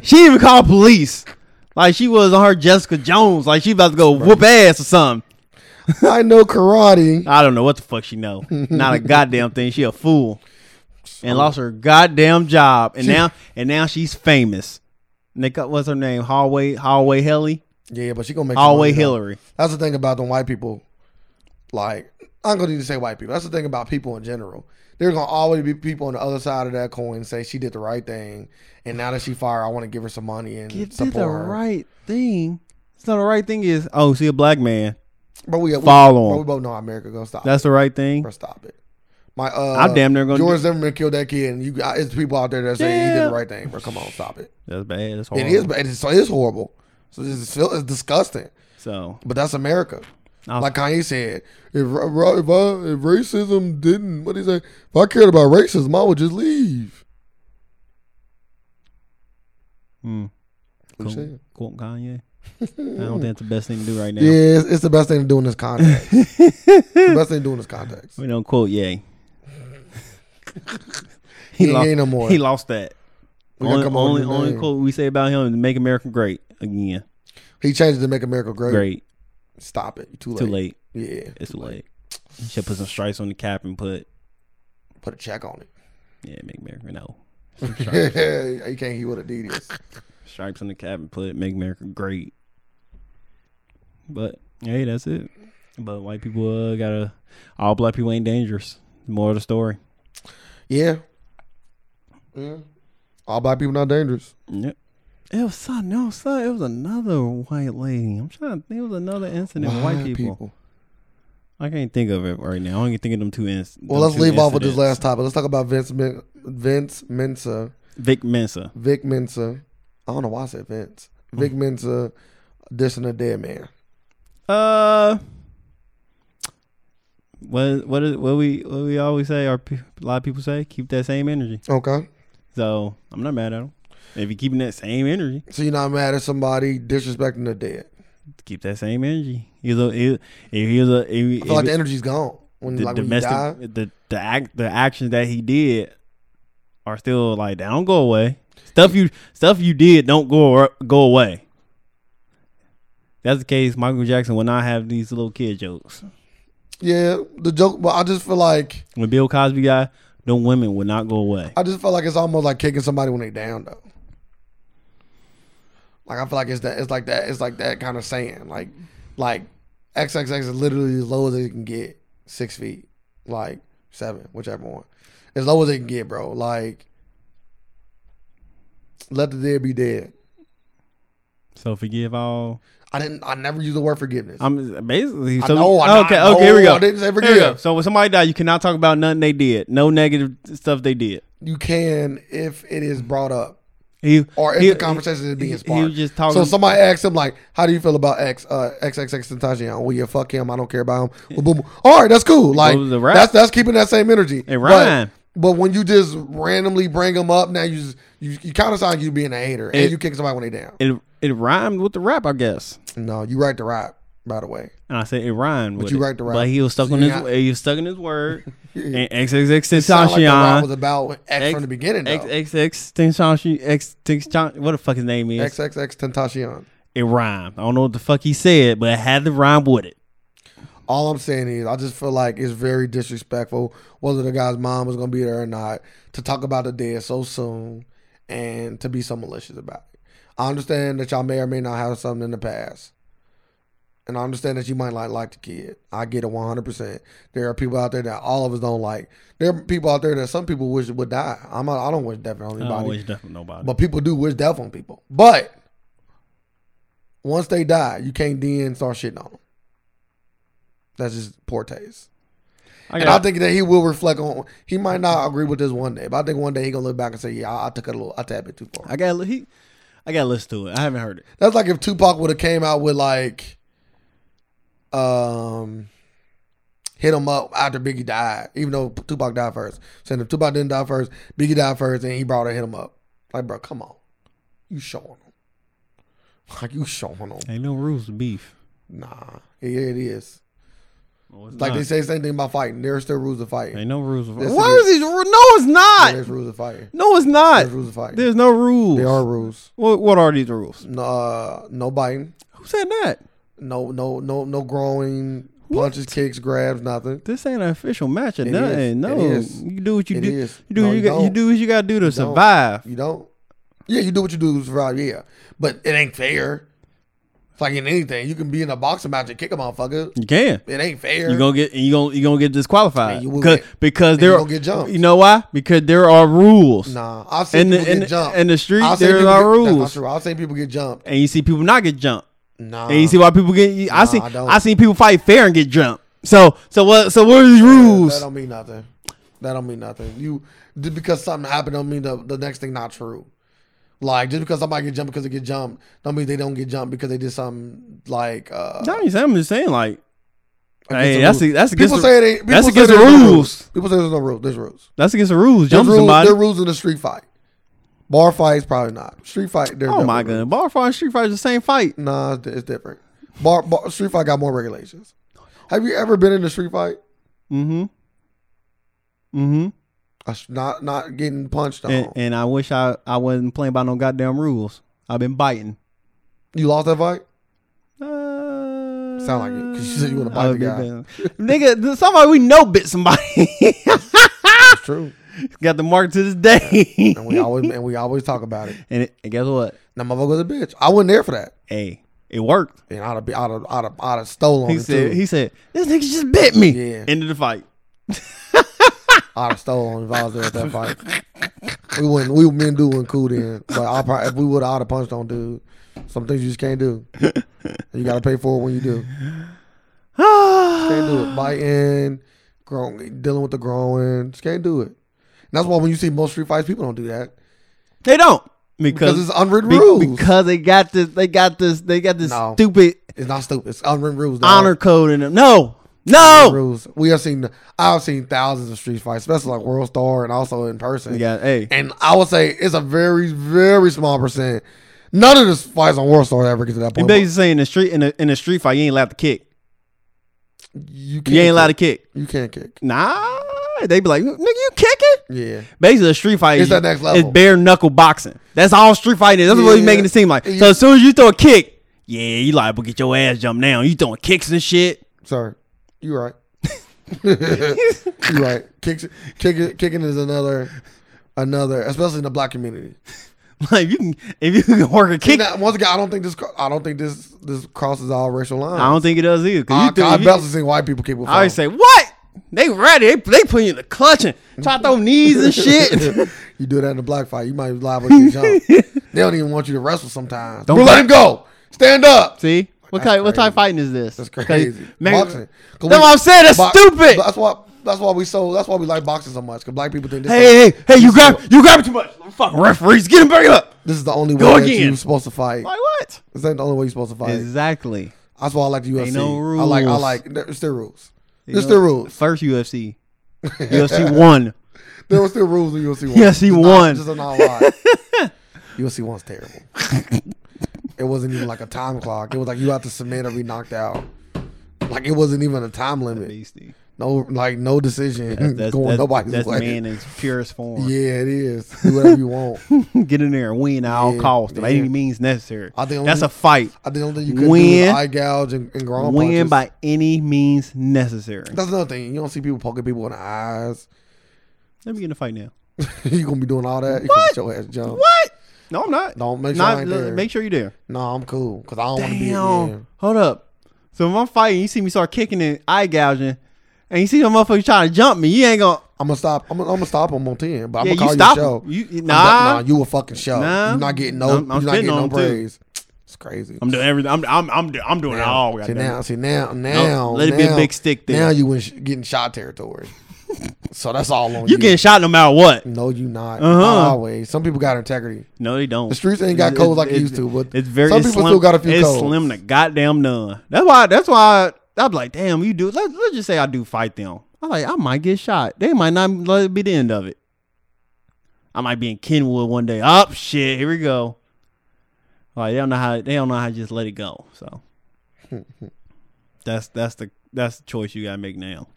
She didn't even call police. Like she was on her Jessica Jones. Like she about to go whoop ass or something. I know karate. I don't know what the fuck she know. Not a goddamn thing. She a fool. And lost her goddamn job. And now and now she's famous. Nick what's her name? Hallway Hallway Helly? Yeah, but she gonna make some Hallway money, though. Hillary. That's the thing about them white people. Like I'm gonna need to say white people. That's the thing about people in general. There's gonna always be people on the other side of that coin say she did the right thing, and now that she fired, I want to give her some money and You did support the her. right thing. It's not the right thing. Is oh, see a black man. But we, we Follow 'em. But we both know America gonna stop. That's the right thing. Bro, stop it. My uh, I'm damn near gonna George Zimmerman killed that kid, and you got it's people out there that say he did Yeah. the right thing. Bro, come on, stop it. That's bad. That's It horrible. is, bad. it's, it's horrible. So it's, still- it's disgusting. So But that's America. I was- Like Kanye said, if ra- ra- if, I, if racism didn't, what did he say? If I cared about racism, I would just leave. mm, What he cool. said. Cool, Kanye. I don't think that's the best thing to do right now. Yeah, it's, it's the best thing to do in this context. the best thing to do in this context. We don't quote Ye. He ain't no more. He lost that. We gotta Only, come up only, with a new only name. quote we say about him is "Make America Great Again." He changed it to make America great. Great. Stop it. Too late. Too late. Yeah. It's too late. Should put some stripes on the cap and put Put a check on it. yeah, "Make America No." you can't hear what it did is. Stripes on the cap and put "Make America Great." But hey, that's it. But white people uh, gotta. All black people ain't dangerous. More of the story. Yeah. Yeah. All black people not dangerous. Yep. It was son, no son. It was another white lady. I'm trying to think. It was another incident. with white people. I can't think of it right now. I only think of them two incidents. Well, let's leave off with this last topic. Let's talk about Vince Men- Vince Mensa, Vic Mensa. Vic Mensa. I don't know why I said Vince. Hmm. Vic Mensa dissing a dead man. Uh, what what is what we what we always say? Our pe- a lot of people say keep that same energy. Okay. So I'm not mad at them. If you're keeping that same energy, So you're not mad at somebody disrespecting the dead. keep that same energy. He's a he- if he's a if, I feel like if the energy's gone. When, the like, when you domestic die, the the act the actions that he did are still like they don't go away. Stuff you stuff you did don't go go away. That's the case. Michael Jackson will not have these little kid jokes. yeah, the joke. But I just feel like When Bill Cosby got, them women would not go away. I just feel like it's almost like kicking somebody when they down though. Like I feel like it's that it's like that it's like that kind of saying like like XXX is literally as low as it can get six feet like seven whichever one as low as it can get bro like let the dead be dead. So forgive all. I didn't I never use the word forgiveness. I'm basically. I So, know, I know, okay, I okay, here we know. go. I didn't say Here we forgive. go. So when somebody died, you cannot talk about nothing they did. No negative stuff they did. you can if it is brought up. He or if he- the conversation is he- being he sparked. was just talking- So somebody asked him like, "How do you feel about X uh, XXX Tentacion?" Well, yeah, fuck him. I don't care about him. Boom, boom. All right, that's cool. Like was the rap. that's that's keeping that same energy. It rhymed. But, but when you just randomly bring him up, now you just, you, you kind of sound like you being a hater, and It- you kick somebody when they down. It it rhymed with the rap, I guess. no, you write the rap. By the way, And I said it rhymed. But you right to rhyme. But he was stuck So on you his. got- he was stuck in his word. and sound like the rap was XXX about X, from the beginning. Though. Tentacion. XXX What the fuck his name is? XXX Tentacion. It rhymed. I don't know what the fuck he said, but it had the rhyme with it. All I'm saying is, I just feel like it's very disrespectful, whether the guy's mom was gonna be there or not, to talk about the dead so soon and to be so malicious about it. I understand that y'all may or may not have something in the past, and I understand that you might not like the kid. I get it 100%. There are people out there that all of us don't like. There are people out there that some people wish would die. I'm not, I don't wish death on I don't wish anybody, death on nobody. but people do wish death on people. But once they die, you can't then start shitting on them. That's just poor taste. I And I got, think that he will reflect on. He might not agree with this one day, but I think one day he gonna look back and say, "Yeah, I, I took it a little, I tapped it too far." I got he, I got to listen to it. I haven't heard it. That's like if Tupac would have came out with like, um, hit him up after Biggie died, even though Tupac died first. Saying if Tupac didn't die first, Biggie died first, and he brought her hit him up. Like, bro, come on, you showing him? Like you showing him? Ain't no rules to beef. Nah, yeah, it is. No, it's Like not. they say the same thing about fighting. There are still rules of fighting. ain't no rules. Of, Yes, what is it these? ru- No, it's not. There's rules of fighting. No, it's not. There's rules of fighting. There's no rules. There are rules. What, what are these rules? No, uh, no biting. Who said that? No, no, no, no growing. Punches, kicks, grabs, nothing. This ain't an official match or It nothing. is. No, It is. you do what you It do. is. You do No, what you, you got. You don't. do what you got to do to don't. survive. You don't. Yeah, you do what you do to survive. Yeah, but it ain't fair. fucking anything. You can be in a boxing match and kick a motherfucker. You can. It ain't fair. You gonna get you gonna you gonna get disqualified And you will because get- because and you there will get jumped. You know why? Because there are rules. nah, I've seen And the- people and get the- jumped. and the street, I've seen there people are get- That's not rules. true. I've seen people get jumped. And you see people not get jumped. Nah. And you see why people get. I Uh-huh. Nah, see. I don't. I seen people fight fair and get jumped. So so what? So what are these That rules? don't mean nothing. That don't mean nothing. You just because something happened don't mean the, the next thing not true. Like just because somebody get jumped because they get jumped don't mean they don't get jumped because they did something like uh No, you saying- I'm just saying like. Hey, the that's rules. a, that's against people the- say they people that's say against the there's no rules. People say there's no rules. There's rules. That's against the rules. There's Jump rules, somebody. there are rules in the street fight. Bar fights probably not. Street fight. There's Oh my definitely god! Bar fight and street fight is the same fight. rules. Nah, it's- it's different. Bar, bar street fight got more regulations. Have you ever been in a street fight? Mm-hmm. Mm-hmm. I sh- Not not getting punched on. And, and I wish I I wasn't playing by no goddamn rules. I've been biting. you lost that fight. Uh, Sound like it, 'cause you said you wanna I bite would the be guy. bitten. Nigga, th- somebody we know bit somebody. It's true. Got the mark to this day. And we always and we always talk about it. and, it, and guess what? Now motherfucker's a bitch. I wasn't there for that. Hey, it worked. And I'd have be I'd have, I'd have, I'd have stolen He it said. too. He said this nigga just bit me. Yeah. End of the fight. I'd have stolen if I was there at that fight. we wouldn't we me and dude wouldn't cool then. But I probably if we would I'd have punched on dude. Some things you just can't do. you gotta pay for it when you do. Can't do it. Biting, growing dealing with the growing. Just can't do it. And that's why when you see most street fights, people don't do that. they don't Because because it's unwritten be- rules. because they got this. They got this. They got this No. stupid it's not stupid. It's unwritten rules. dog. honor code in them. No, no. rules. We have seen I've seen thousands of street fights, especially like World Star and also in person. Yeah. Hey. And I would say it's a very, very small percent. None of the fights on World Star ever get to that You point. basically saying in the street in the in the street fight you ain't allowed to kick. you can't You ain't allowed to kick. kick. You can't kick. Nah. They be like, nigga, you kicking? Yeah. Basically, a street fight It's is that next level. It's bare knuckle boxing. That's all street fighting is. That's what he's Yeah. making it seem like. You- So as soon as you throw a kick, yeah, you liable to get your ass jumped now. You throwing kicks and shit. Sorry. You right. you right. Kicks, kick, kicking is another another especially in the black community. Like you can if you can work a kick. Now, once again, I don't think this cro- I don't think this this crosses all racial lines. I don't think it does either. 'cause I, you throw- I if you- barely seen white people kick with I always phones. say what they ready. They, they put you in the clutch and try to throw knees and shit. you do that in a black fight, you might be liable to get jumped. they don't even want you to wrestle sometimes. Don't Bro, black- let him go. Stand up. See what That's type what type crazy. of fighting is this? That's crazy. Boxing. 'Cause That's we- what I'm saying. That's box- stupid. That's why. That's why we so. That's why we like boxing so much. Cause black people think this, is, Hey, hey, hey! You grab, you grab too much. Fucking referees, get him back up. this is the only Go way that again. you're supposed to fight. Like what? This ain't the only way you're supposed to fight. Exactly. that's why I like the UFC. no I like. I rules. like. There's still rules. You There's know, still rules. First UFC, UFC one. There was still rules in UFC UFC one. Just not- one. Just not a lot. UFC one's terrible. it wasn't even like a time clock. It was like you have to submit or be knocked out. Like it wasn't even a time limit. Beastie. No, like no decision That's, going that's, nobody's that's way. man in its purest form. Yeah, it is. Do whatever you want. Get in there and win at all Yeah, costs by yeah. any means necessary. I think That's only- a fight. I think the only thing you could do is Win. eye gouge and, and groin Win punches. by any means necessary. That's another thing. You don't see people poking people in the eyes. Let me get in a fight now. you gonna be doing all that. You gonna get your ass jumped. What? No, I'm not. Don't make sure I Not, ain't there. make sure you're there. No, I'm cool because I don't want to be in there. Damn. Hold up. So if I'm fighting, you see me start kicking and eye gouging, and you see the motherfucker trying to jump me, you ain't gonna. I'm gonna stop. I'm gonna, I'm gonna stop him on ten, but I'm Yeah, gonna call you you, stop. a show. him. You, you- I'm nah. done- nah, you a fucking show. Nah. You're not getting no. I'm- I'm you're not spitting getting on no him, too. praise. It's crazy. I'm doing everything. I'm I'm I'm, do- I'm doing it all. see goddamn it. now, see now, now. let it be a now- big stick there. Now you in sh- getting shot territory. so that's all on you. You getting shot no matter what. No, you not. Uh-huh. Not Always. Some people got integrity. No, they don't. The streets ain't got It- codes like it- it used to, but it's very. some it's people slim, still got a few It's codes. slim to goddamn none. That's why. That's why. I, I'm like, damn, you do. Let, let's just say I do fight them. I'm like, I might get shot. They might not let it be the end of it. I might be in Kenwood one day. Up, shit. Here we go. Like they don't know how. They don't know how to just let it go. So that's that's the that's the choice you gotta make now.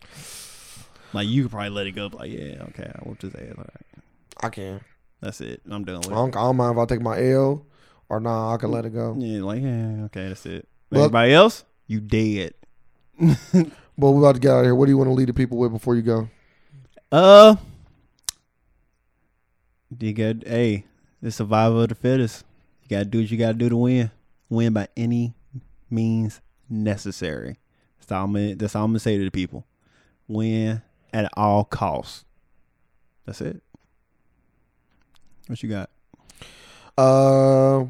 Like you could probably let it go. but Like yeah, okay, I whooped his ass. All right, I can. that's it. I'm done with I it. don't, I don't mind if I take my L or nah. I can let it go. Yeah, like yeah, okay, that's it. Well- Everybody else, you dead. But we about to get out of here. What do you want to lead the people with before you go? Uh, you got hey, the survival of the fittest. You gotta do what you gotta do to win. Win by any means necessary. That's all I'm gonna, that's all I'm gonna say to the people. Win at all costs. That's it. What you got? Uh,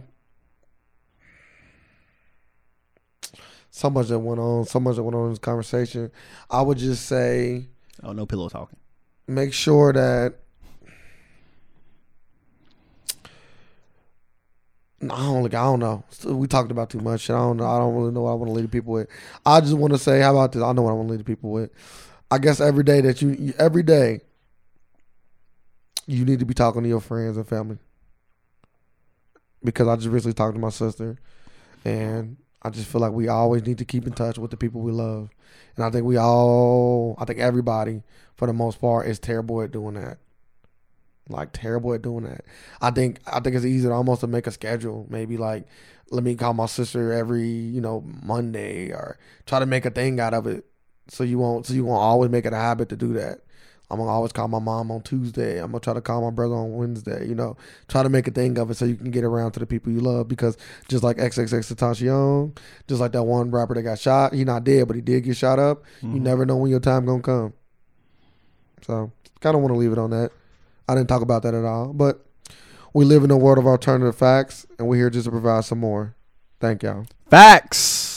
so much that went on, so much that went on in this conversation. I would just say Oh, no pillow talking. make sure that No, I don't, like, I don't know. So We talked about too much. And I don't know. I don't really know what I want to leave the people with. I just want to say, how about this? I know what I want to leave the people with. I guess every day that you, you- every day, you need to be talking to your friends and family. Because I just recently talked to my sister, and I just feel like we always need to keep in touch with the people we love. And I think we all, I think everybody, for the most part, is terrible at doing that. Like terrible at doing that. I think I think it's easier almost to make a schedule. Maybe like let me call my sister every you know Monday or try to make a thing out of it. So you won't so you won't always make it a habit to do that. I'm gonna always call my mom on Tuesday. I'm gonna try to call my brother on Wednesday. You know, try to make a thing of it so you can get around to the people you love. Because just like XXX Tentacion, just like that one rapper that got shot, he not dead, but he did get shot up. You Mhm. never know when your time gonna come. So kind of want to leave it on that. I didn't talk about that at all, but we live in a world of alternative facts, and we're here just to provide some more. Thank y'all. Facts.